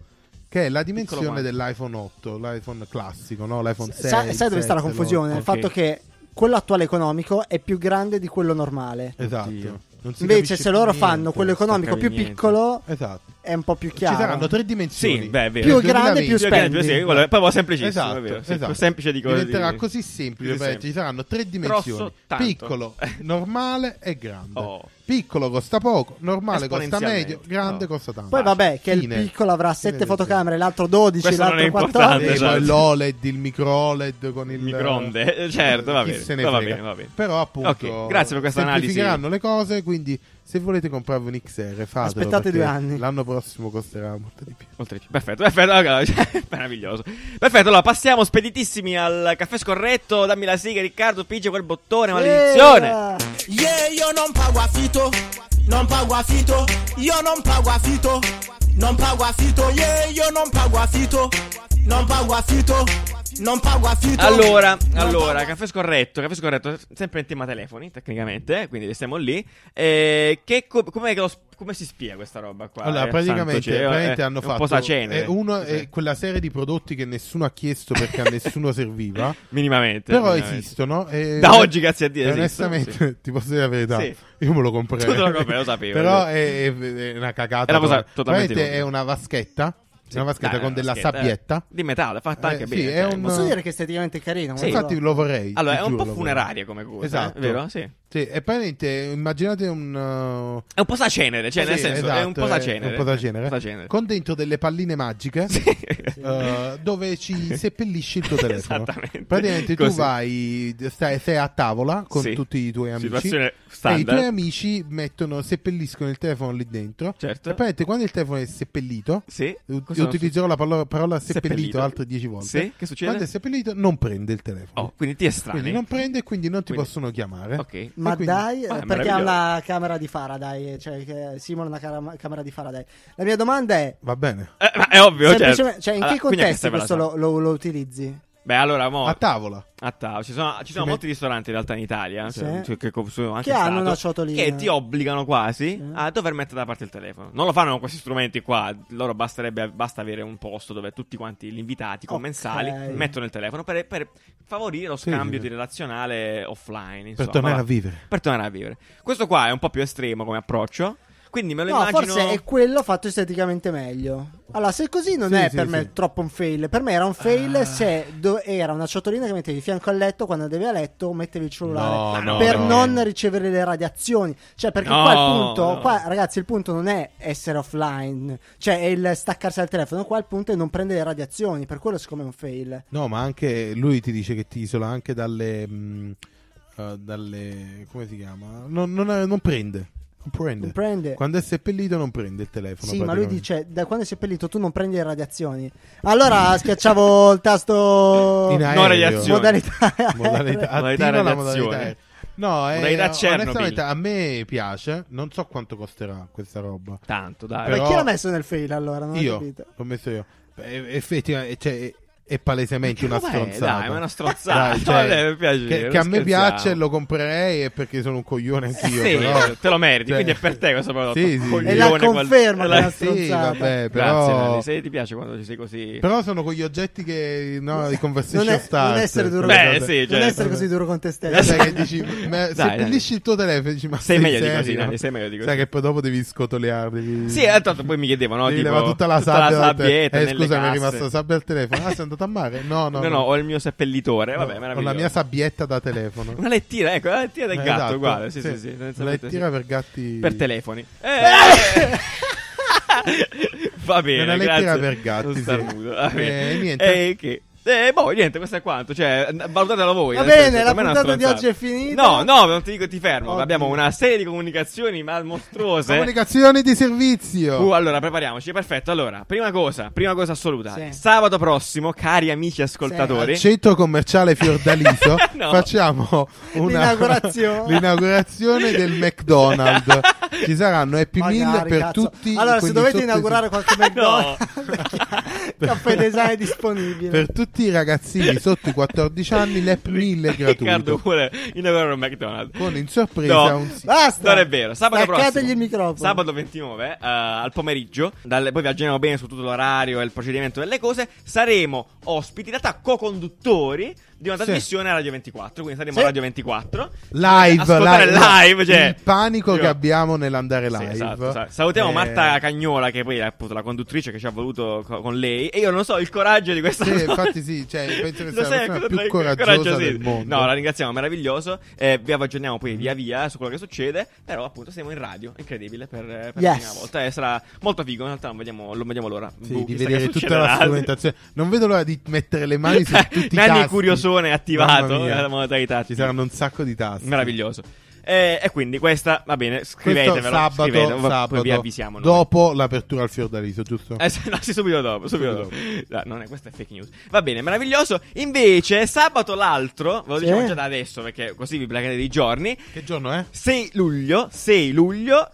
Che è la dimensione
quanto?
dell'iPhone 8, l'iPhone classico, no? L'iPhone 6.
Sa- sai dove sta la
7,
confusione? Il
Ok.
fatto che quello attuale economico è più grande di quello normale.
Esatto.
Oddio.
Non si
Invece,
capisce
se loro
più
fanno
niente.
quello economico
capisce
più
niente.
piccolo,
Esatto.
è un po' più
Ci saranno
chiaro.
tre dimensioni.
Sì, beh, è vero.
Più
Nel
grande, più
2020.
Più grande, più sì,
spendi.
quello è proprio semplicissimo,
Esatto,
è vero, sì,
esatto.
più semplice di così.
Diventerà così semplice,
Così
praticamente. ci saranno tre dimensioni:
Grosso, tanto. (laughs)
piccolo, normale e grande.
Oh.
Piccolo costa poco, normale costa
Esponenzialmente.
medio, grande
Oh.
costa tanto.
Poi vabbè, che
Fine.
il piccolo avrà
Fine
7
del
fotocamere, l'altro 12,
Questo non è
l'altro
importante,
14.
Eh,
Esatto.
poi l'OLED, il micro OLED con il
Microonde, certo, va
Chi
bene,
se ne
va
frega.
bene, va bene.
Però appunto
Ok, grazie per questa analisi.
semplificheranno le cose, quindi se volete comprarvi un XR fatelo
Aspettate
perché
due anni.
L'anno prossimo costerà molto di più.
Oltre di più. Perfetto, perfetto, (laughs) allora, cioè, meraviglioso. Perfetto, allora passiamo speditissimi al caffè scorretto. Dammi la sigla, Riccardo, pigi quel bottone, maledizione.
Eh,
Yeah, io non pago affitto, non pago affitto, io non pago affitto, non pago affitto, yeah, io non pago affitto, non pago affitto, non pago affitto.
Allora,
Non
allora,
pago-
caffè scorretto, caffè scorretto, sempre in tema telefoni, tecnicamente, quindi stiamo lì. Eh, che co- com'è che lo sp- come si spiega questa roba qua?
Allora,
Eh,
praticamente,
santo cielo,
praticamente
eh,
hanno
è
fatto
un posacenere.
eh, uno,
Sì.
eh, quella serie di prodotti che nessuno ha chiesto perché a nessuno serviva.
(laughs) Minimamente.
Però
minimamente.
esistono. e-
(laughs) Da oggi, grazie a Dio,
e
esistono,
Onestamente,
sì.
(laughs) ti posso dire la verità.
Sì.
Io me lo comprerei.
Tu te lo compri, lo sapevo.
Però è, è- è una cagata.
È una cosa
Però- Veramente
totalmente inutile.
È una vaschetta.
Sì.
Una vaschetta
Dai,
con
una
della
vaschetta, eh,
sabbietta.
Di metallo, fatta
Eh,
anche
sì,
bene.
è
cioè,
un-
ma-
Posso dire che esteticamente è carino?
Sì.
guarda.
Infatti lo vorrei.
Allora,
ti
è un
giuro,
po'
lo vorrei.
funeraria come cosa,
Esatto.
eh, vero? Sì. È
Sì, e praticamente immaginate un... uh,
un posacenere, cioè, nel
sì,
senso, è
esatto,
un posacenere.
è un posacenere.
Posacenere. (laughs)
Con dentro delle palline magiche (laughs) uh, dove
(laughs)
ci seppellisci il tuo telefono.
Esattamente.
Praticamente tu
Così.
vai, stai, sei a tavola con
Sì.
tutti i tuoi amici.
Situazione
E i tuoi
standard.
amici mettono, seppelliscono il telefono lì dentro.
Certo.
E praticamente quando il telefono è seppellito,
Sì.
u-
Cosa
io
non
utilizzerò la parola, parola seppellito,
Seppellito.
altre 10 volte.
Sì, che succede?
Quando è seppellito, non prende il telefono.
Oh, quindi ti estranei.
Quindi non prende e quindi non ti
Quindi-
possono chiamare.
Ok.
Ma
E quindi-
dai,
Ah, è
perché ha
meraviglioso.
una camera di Faraday, cioè che simula una cara- camera di Faraday. La mia domanda è,
Va bene.
Eh, ma è ovvio,
semplicemente-
certo.
cioè, in
Allora,
che
quindi
contesto
questa ve la
questo
so.
lo, lo- lo utilizzi?
Beh, allora, mo...
A tavola.
A tavola. Ci sono, ci sono
Sì.
molti ristoranti in realtà in Italia cioè,
Sì.
che, che sono anche
Che hanno
stato,
una ciotolina.
che ti obbligano quasi a dover mettere da parte il telefono. Non lo fanno con questi strumenti qua. Loro basterebbe basta avere un posto dove tutti quanti gli invitati
Ok.
commensali mettono il telefono per, per favorire lo
Sì,
scambio
sì.
di relazionale offline.
Per
insomma.
tornare
Ma-
a vivere.
Per tornare a vivere. Questo qua è un po' più estremo come approccio. Quindi me lo
no,
immagino.
forse è quello fatto esteticamente meglio. Allora, se così non
Sì,
è
sì,
per
sì. Ah.
me troppo un fail. Per me era un fail se do- era una ciotolina che mettevi di fianco al letto, quando andavi a letto mettevi il cellulare.
No, no,
per
no.
non ricevere le radiazioni. Cioè, perché
No,
qua il punto,
no.
qua, ragazzi, il punto non è essere offline, cioè è il staccarsi dal telefono. Qua il punto è non prendere le radiazioni. Per quello, siccome è un fail.
No, ma anche lui ti dice che ti isola anche mm, dalle... mh, eh, dalle come si chiama? eh, Non, non- non prende. Non prende.
Non prende.
Quando è seppellito non prende il telefono.
Sì, ma lui
praticamente.
dice: Da quando sei seppellito tu non prendi le radiazioni. Allora schiacciavo il tasto.
(laughs) In aereo.
No, radiazioni.
(laughs) Modalità.
modalità,
Modalità
attiva la
radiazione.
modalità aerea. No, eh,
Modalità Chernobyl.
onestamente a me piace, non so quanto costerà questa roba.
Tanto, dai.
Però-
Ma chi l'ha messo nel fail allora? Non ho
io
capito.
l'ho messo io. Eh, Effettivamente, cioè, è- è palesemente
Ma
una
che roba è?
stronzata.
Dai, ma è una stronzata. (laughs) Vabbè, mi piace,
cioè, che,
non
che a me
scherziamo.
piace lo comprerei è perché sono un coglione anch'io.
sì,
però-
te lo meriti,
Cioè-
quindi è per te questo prodotto.
Sì, sì.
Coglione,
E
la
qual-
conferma
la-
che la-
Sì,
stronzata.
vabbè,
Grazie,
però,
Nanni, se ti piace quando ci sei così...
però sono con gli oggetti che no, i conversation
non, è-
start.
non essere duro
Beh,
con-
sì,
non
certo.
essere così duro con te
Cioè,
stesso.
sai che
(laughs)
dici, ma
Dai,
se
dai.
pillisci il tuo telefono dici, ma
Sei meglio di
serio?
così, Nanni, sei meglio di così.
Sai che poi dopo devi scotolearli. devi-
Sì, eh, tanto poi mi chiedevano, no,
devi
tipo,
levare tutta la sabbia. dal te-
sabbietta
eh,
nelle
scusa, mi è
casse.
rimasta sabbia al telefono. Ah, sei andato a mare? No, no.
No, no, ho il mio seppellitore, vabbè,
No,
meraviglioso.
Con la mia sabbietta da
(laughs)
telefono.
Una lettiera, ecco, la lettiera del
Eh,
gatto,
esatto,
uguale, sì, sì,
sì.
sì,
Una
tendenzialmente
lettiera
sì.
per gatti-
Per telefoni. Eh! (laughs) Va bene,
Una lettiera
grazie.
per gatti,
Un
sì.
starnuto, va bene.
Eh, niente.
Eh, che... Eh, boh, niente, questo è quanto. Cioè, n- valutatelo voi.
Va
nel senso,
bene, la
per me è una
puntata di oggi
stronzata.
è finita.
No, no, non ti dico, ti fermo.
Oddio.
Abbiamo una serie di comunicazioni malmostrose.
Comunicazione di servizio.
Uh, allora, prepariamoci. Perfetto. Allora, prima cosa, prima cosa assoluta.
Sì.
Sabato prossimo, cari amici ascoltatori.
Al centro commerciale Fiordaliso
(laughs) No.
facciamo una-
L'inaugurazione.
(laughs) l'inaugurazione del McDonald's. Ci saranno Happy Meal
Magari,
per
cazzo.
tutti.
Allora,
con
se
i
dovete
sotto-
inaugurare
(laughs)
qualche
No.
McDonald's, (laughs) caffè design è disponibile.
(laughs) Per tutti i ragazzini sotto i 14 anni l'Happy Meal è
Riccardo
gratuito.
vuole inaugurare un McDonald's.
Con in sorpresa
No.
un sì.
Basta.
Non è vero, sabato
Staccategli
prossimo.
il microfono.
Sabato 29 eh, al pomeriggio, dalle- poi vi aggiorniamo bene su tutto l'orario e il procedimento delle cose, saremo ospiti, in realtà co-conduttori di una
Sì.
trasmissione a Radio 24, quindi saremo
Sì.
a Radio 24.
Live,
Ascoltare
live,
live, cioè.
il panico
Io-
che abbiamo nell'andare
Sì,
live.
esatto, sa- Salutiamo
Eh,
Marta Cagnola, che poi è appunto la conduttrice che ci ha voluto co- con lei. E io non so il coraggio di questa
Sì,
persona.
infatti sì,
(laughs)
cioè, penso che
Lo
sia la
sai,
persona
cosa
più
tra-
coraggiosa
coraggiosi.
del mondo.
No, la ringraziamo, meraviglioso. Eh, vi aggiorniamo poi via via su quello che succede. Però, appunto, siamo in radio, incredibile per, per la
Yes.
prima volta. E sarà molto figo. In realtà, non vediamo, non vediamo l'ora
Sì,
Boh,
di
chissà che
vedere tutta
succederà.
la strumentazione. Non vedo l'ora di mettere le mani
(laughs)
su tutti i
Nanni
tasti.
curiosone attivato,
Mamma mia.
nella modalità
Ci saranno un sacco di tasti.
Meraviglioso. Eh, e quindi questa va bene, scrivetevelo.
Questo sabato,
scrivetevelo, poi
sabato
vi avvisiamo. noi.
dopo l'apertura al Fiordaliso, giusto?
Eh, se- no, sì, subito dopo. Subito
Subito
dopo. No, non è, questa è fake news. Va bene, meraviglioso. Invece, sabato l'altro, ve lo
Sì.
diciamo già da adesso perché così vi placate dei giorni.
Che giorno è?
6 luglio, 6 luglio.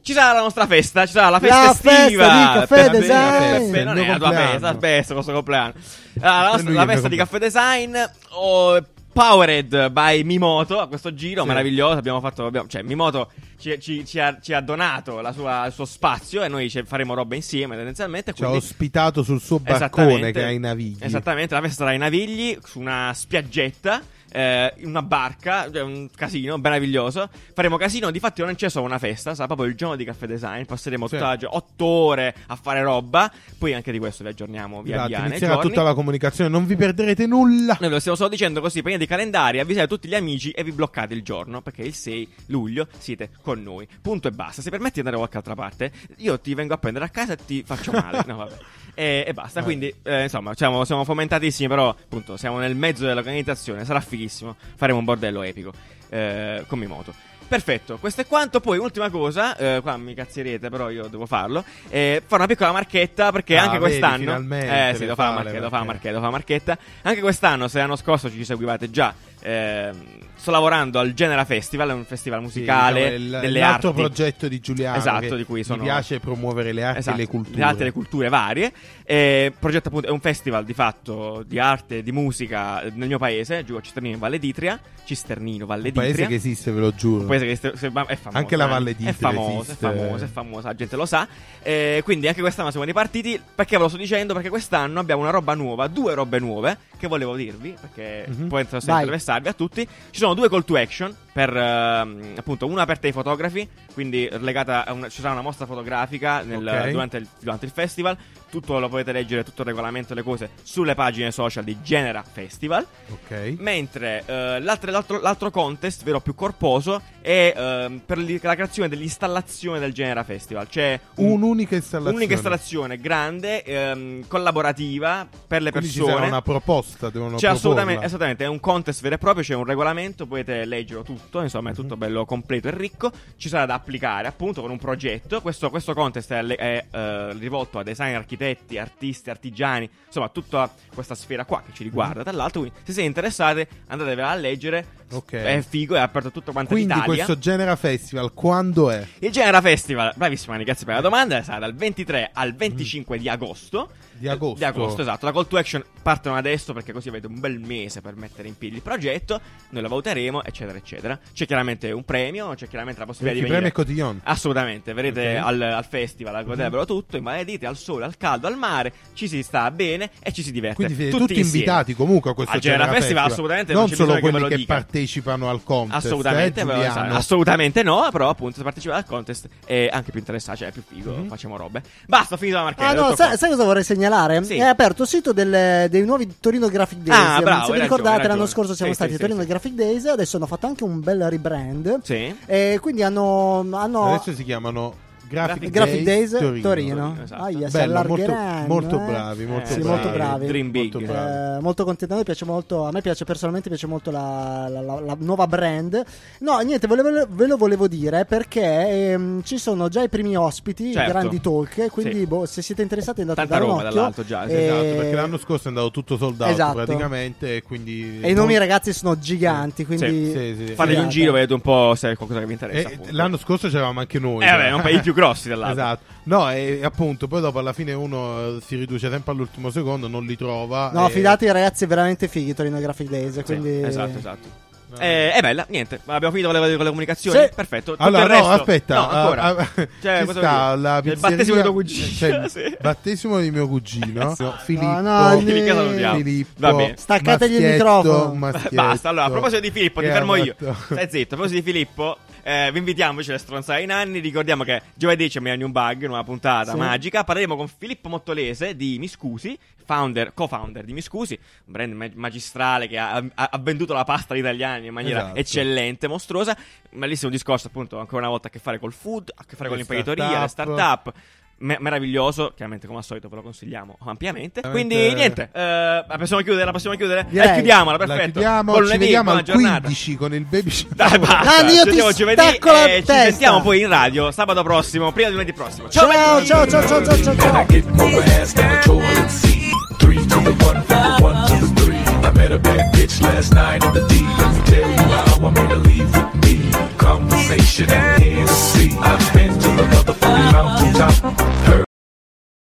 Ci sarà la nostra festa, ci sarà
La
la festa
festa
estiva.
di Caffè
Per- per-
Design.
per- per- non
Il
è
mio
la tua
compleanno.
festa, la festa, questo compleanno. Allora, la, nostra-
luglio
la
è il mio
festa di Caffè Design. oh, Powered by Mimoto a questo giro,
Sì.
meraviglioso. Abbiamo fatto. abbiamo- cioè, Mimoto ci, ci- ci ha, ci ha donato la sua- il suo spazio e noi ci faremo roba insieme tendenzialmente.
Ci ha
quindi-
ospitato sul suo
Esattamente.
barcone che ha i navigli.
Esattamente, la festa sarà ai navigli, su una spiaggetta, eh, in una barca, cioè un casino meraviglioso. Faremo casino, difatti non c'è solo una festa, sarà proprio il giorno di caffè design, passeremo
Sì.
tutta la gio- otto ore a fare roba, poi anche di questo vi aggiorniamo via
Esatto,
via nei
inizierà
giorni.
tutta la comunicazione, non vi perderete nulla.
Noi ve lo stiamo solo dicendo così, prendete i calendari, avvisate tutti gli amici e vi bloccate il giorno, perché il 6 luglio siete con noi. Punto e basta. Se permetti di andare da qualche altra parte, io ti vengo a prendere a casa e ti faccio male. No, vabbè. E, e basta,
Vabbè.
quindi eh, insomma siamo, siamo fomentatissimi, però appunto siamo nel mezzo dell'organizzazione, sarà fighissimo, faremo un bordello epico eh, con Mimoto. Perfetto, questo è quanto. Poi, ultima cosa, eh, qua mi cazzierete, però io devo farlo. Eh, fare una piccola marchetta perché
Ah,
anche
vedi,
quest'anno.
finalmente
eh, sì,
le
devo fare
fa
la
le
marchetta, devo fare
marchette.
la marchetta, devo fare la marchetta. Anche quest'anno, se l'anno scorso ci seguivate già, ehm, sto lavorando al Genera Festival, è un festival musicale
Sì, diciamo, è l-
delle
l'altro
arti.
progetto di Giuliano
Esatto,
che
di cui
gli
sono-
piace promuovere le arti
Esatto,
e le culture.
le arti e le culture varie. Eh, progetto appunto è un festival di fatto di arte e di musica eh, nel mio paese, giù a Cisternino in Valle d'Itria. Cisternino, Valle
Un
d'Itria.
paese che esiste, ve lo giuro.
Un paese che se- se- ma- è famoso.
Anche la
eh.
Valle
È
d'Itria
famosa, è
esiste.
famosa, è famosa, la gente lo sa. Eh, quindi anche quest'anno siamo ripartiti. Perché ve lo sto dicendo? Perché quest'anno abbiamo una roba nuova, due robe nuove che volevo dirvi, perché
Mhm.
poi entro
Vai.
sempre interessarvi a tutti. Ci sono due call to action per ehm, appunto una aperta ai fotografi, quindi legata a una, ci sarà una mostra fotografica nel-
Ok.
durante, il, durante il festival. Tutto lo potete leggere, tutto il regolamento e le cose sulle pagine social di Genera Festival.
Ok.
Mentre eh, l'altro, l'altro- l'altro contest, vero più corposo, è ehm, per li- la creazione dell'installazione del Genera Festival. C'è un-
Un'unica installazione.
un'unica installazione grande, ehm, collaborativa per le
Quindi ci
persone.
sarà una proposta, devono
C'è assolutamente,
proporla.
esattamente, è un contest vero e proprio, c'è un regolamento, potete leggerlo tutto tutto, insomma è
Mhm.
tutto bello completo e ricco, ci sarà da applicare appunto con un progetto, questo, questo contest è, alle- è, eh, rivolto a design, architetti, artisti, artigiani, insomma tutta questa sfera qua che ci riguarda,
Mhm.
tra l'altro quindi se siete interessati andatevela a leggere,
Ok.
è figo, è aperto a tutto quanto
Quindi
l'Italia.
questo Genera Festival quando è?
Il Genera Festival, bravissima Ani, grazie per la domanda, sarà dal 23 al 25 di agosto.
Di agosto.
Di agosto, esatto. La call to action partono adesso perché così avete un bel mese per mettere in piedi il progetto, noi la voteremo, eccetera, eccetera. C'è chiaramente un premio, c'è chiaramente la possibilità
Perché
di
il premio
venire...
è Cotillon.
Assolutamente, verrete
Ok.
al, al festival, a godervelo tutto, in maledite, al sole, al caldo, al mare, ci si sta bene e ci si diverte.
Quindi siete
tutti,
tutti,
insieme.
invitati comunque a questo
Al Genera Festival, assolutamente, non,
non
c'è
solo
bisogno
quelli
ve
che,
lo dica.
partecipano al contest.
Assolutamente,
eh,
però,
Giuliano?
esatto, assolutamente no. Però, appunto, se partecipate al contest è anche più interessante, cioè è più figo.
Mhm.
Facciamo robe. Basta, ho finito la marchetta.
Ah no,
tutto
sai,
qua.
sai cosa vorrei segnalare?
Certo. Sì.
È aperto il sito delle- dei nuovi Torino Graphic Days.
Ah, bravo,
Se
hai
vi ricordate,
ragione, hai
l'anno
ragione.
scorso siamo
Sì,
stati
sì,
Torino
sì, sì.
Graphic Days, adesso hanno fatto anche un bel rebrand.
Sì.
E quindi hanno. hanno-
Adesso si chiamano Graphic,
Graphic Days, Torino,
Torino.
esatto.
Ahia, si
Bello, molto,
allargheranno,
molto
eh.
bravi, molto,
sì,
bravi.
molto bravi.
Dream big.
Molto bravi.
Eh, molto contento, a me piace molto, a me piace personalmente piace molto la, la- la- la nuova brand. No, niente, volevo- ve lo volevo dire perché ehm, ci sono già i primi ospiti, i
Certo.
grandi talk, quindi
Sì.
boh, se siete interessati andate
Tanta
a dare un
roba
occhio.
dall'alto già, sì,
Eh,
Esatto, perché l'anno scorso è andato tutto soldato
Esatto.
praticamente, e quindi...
E i nomi ragazzi sono giganti,
Sì,
quindi...
sì, sì.
Fatevi un
figata.
giro, vedete un po' se è qualcosa che vi interessa.
E
appunto.
Eh, l'anno scorso c'eravamo anche noi.
Eh, vabbè, non per i più grossi dell'altro.
Esatto. No, e appunto, poi dopo alla fine uno eh, si riduce sempre all'ultimo secondo, non li trova.
No,
e-
fidati ragazzi, è veramente fighi Torino Graphic Days,
Sì,
quindi...
esatto, esatto.
No.
Eh, è bella, niente. Abbiamo finito con le, con le comunicazioni.
Sì.
Perfetto. Tutto
Allora,
il
no,
resto-
aspetta.
No, ancora.
ah, ah,
Cioè,
ci sta
cosa voglio dire?
la
C'è il
pizzeria-
battesimo di
(laughs)
tuo cugino. (laughs)
c'è il
Sì.
battesimo di mio cugino, no, Filippo.
no,
Filippo,
Filippo,
che salutiamo.
Filippo,
Va bene.
Staccategli il
Maschietto,
microfono.
Maschietto,
Basta, allora, a proposito di Filippo, ti
che
fermo
ha
io.
fatto-
Stai zitto, a proposito di Filippo, eh, vi invitiamo invece alle stronzate in anni. Ricordiamo che giovedì c'è Millennium Bug, nuova puntata
Sì.
magica. Parleremo con Filippo Mottolese di Miscusi, founder, co-founder di Miscusi, un brand ma- magistrale che ha, ha- ha venduto la pasta agli italiani in maniera
Esatto.
eccellente, mostruosa. Bellissimo discorso, appunto, ancora una volta a che fare col food, a che fare con
Le
l'imprenditoria, le
start-up.
start-up. Me- meraviglioso, chiaramente come al solito ve lo consigliamo ampiamente.
Veramente-
Quindi niente, eh, la possiamo chiudere, la possiamo chiudere.
Direi.
E chiudiamola,
La
Ah, perfetto.
chiudiamo,
Buon
ci
lunedì,
vediamo
buona
al
giornata.
15 con il baby shower.
Dai, basta.
Dani, io
Ci
ti
vediamo giovedì
stacco la
e ci
testa.
sentiamo poi in radio sabato prossimo, prima di lunedì prossimo. Ciao!
Ciao, ciao, ciao, ciao, ciao, ciao.
And I
ciao.
get more ass than a toilet seat. Three to the one, from the one to the three. I met a bad bitch last night at the D. Let me tell you how I made her leave with me. Conversation and Hennessy. I've been to the motherfucking mountaintop. Her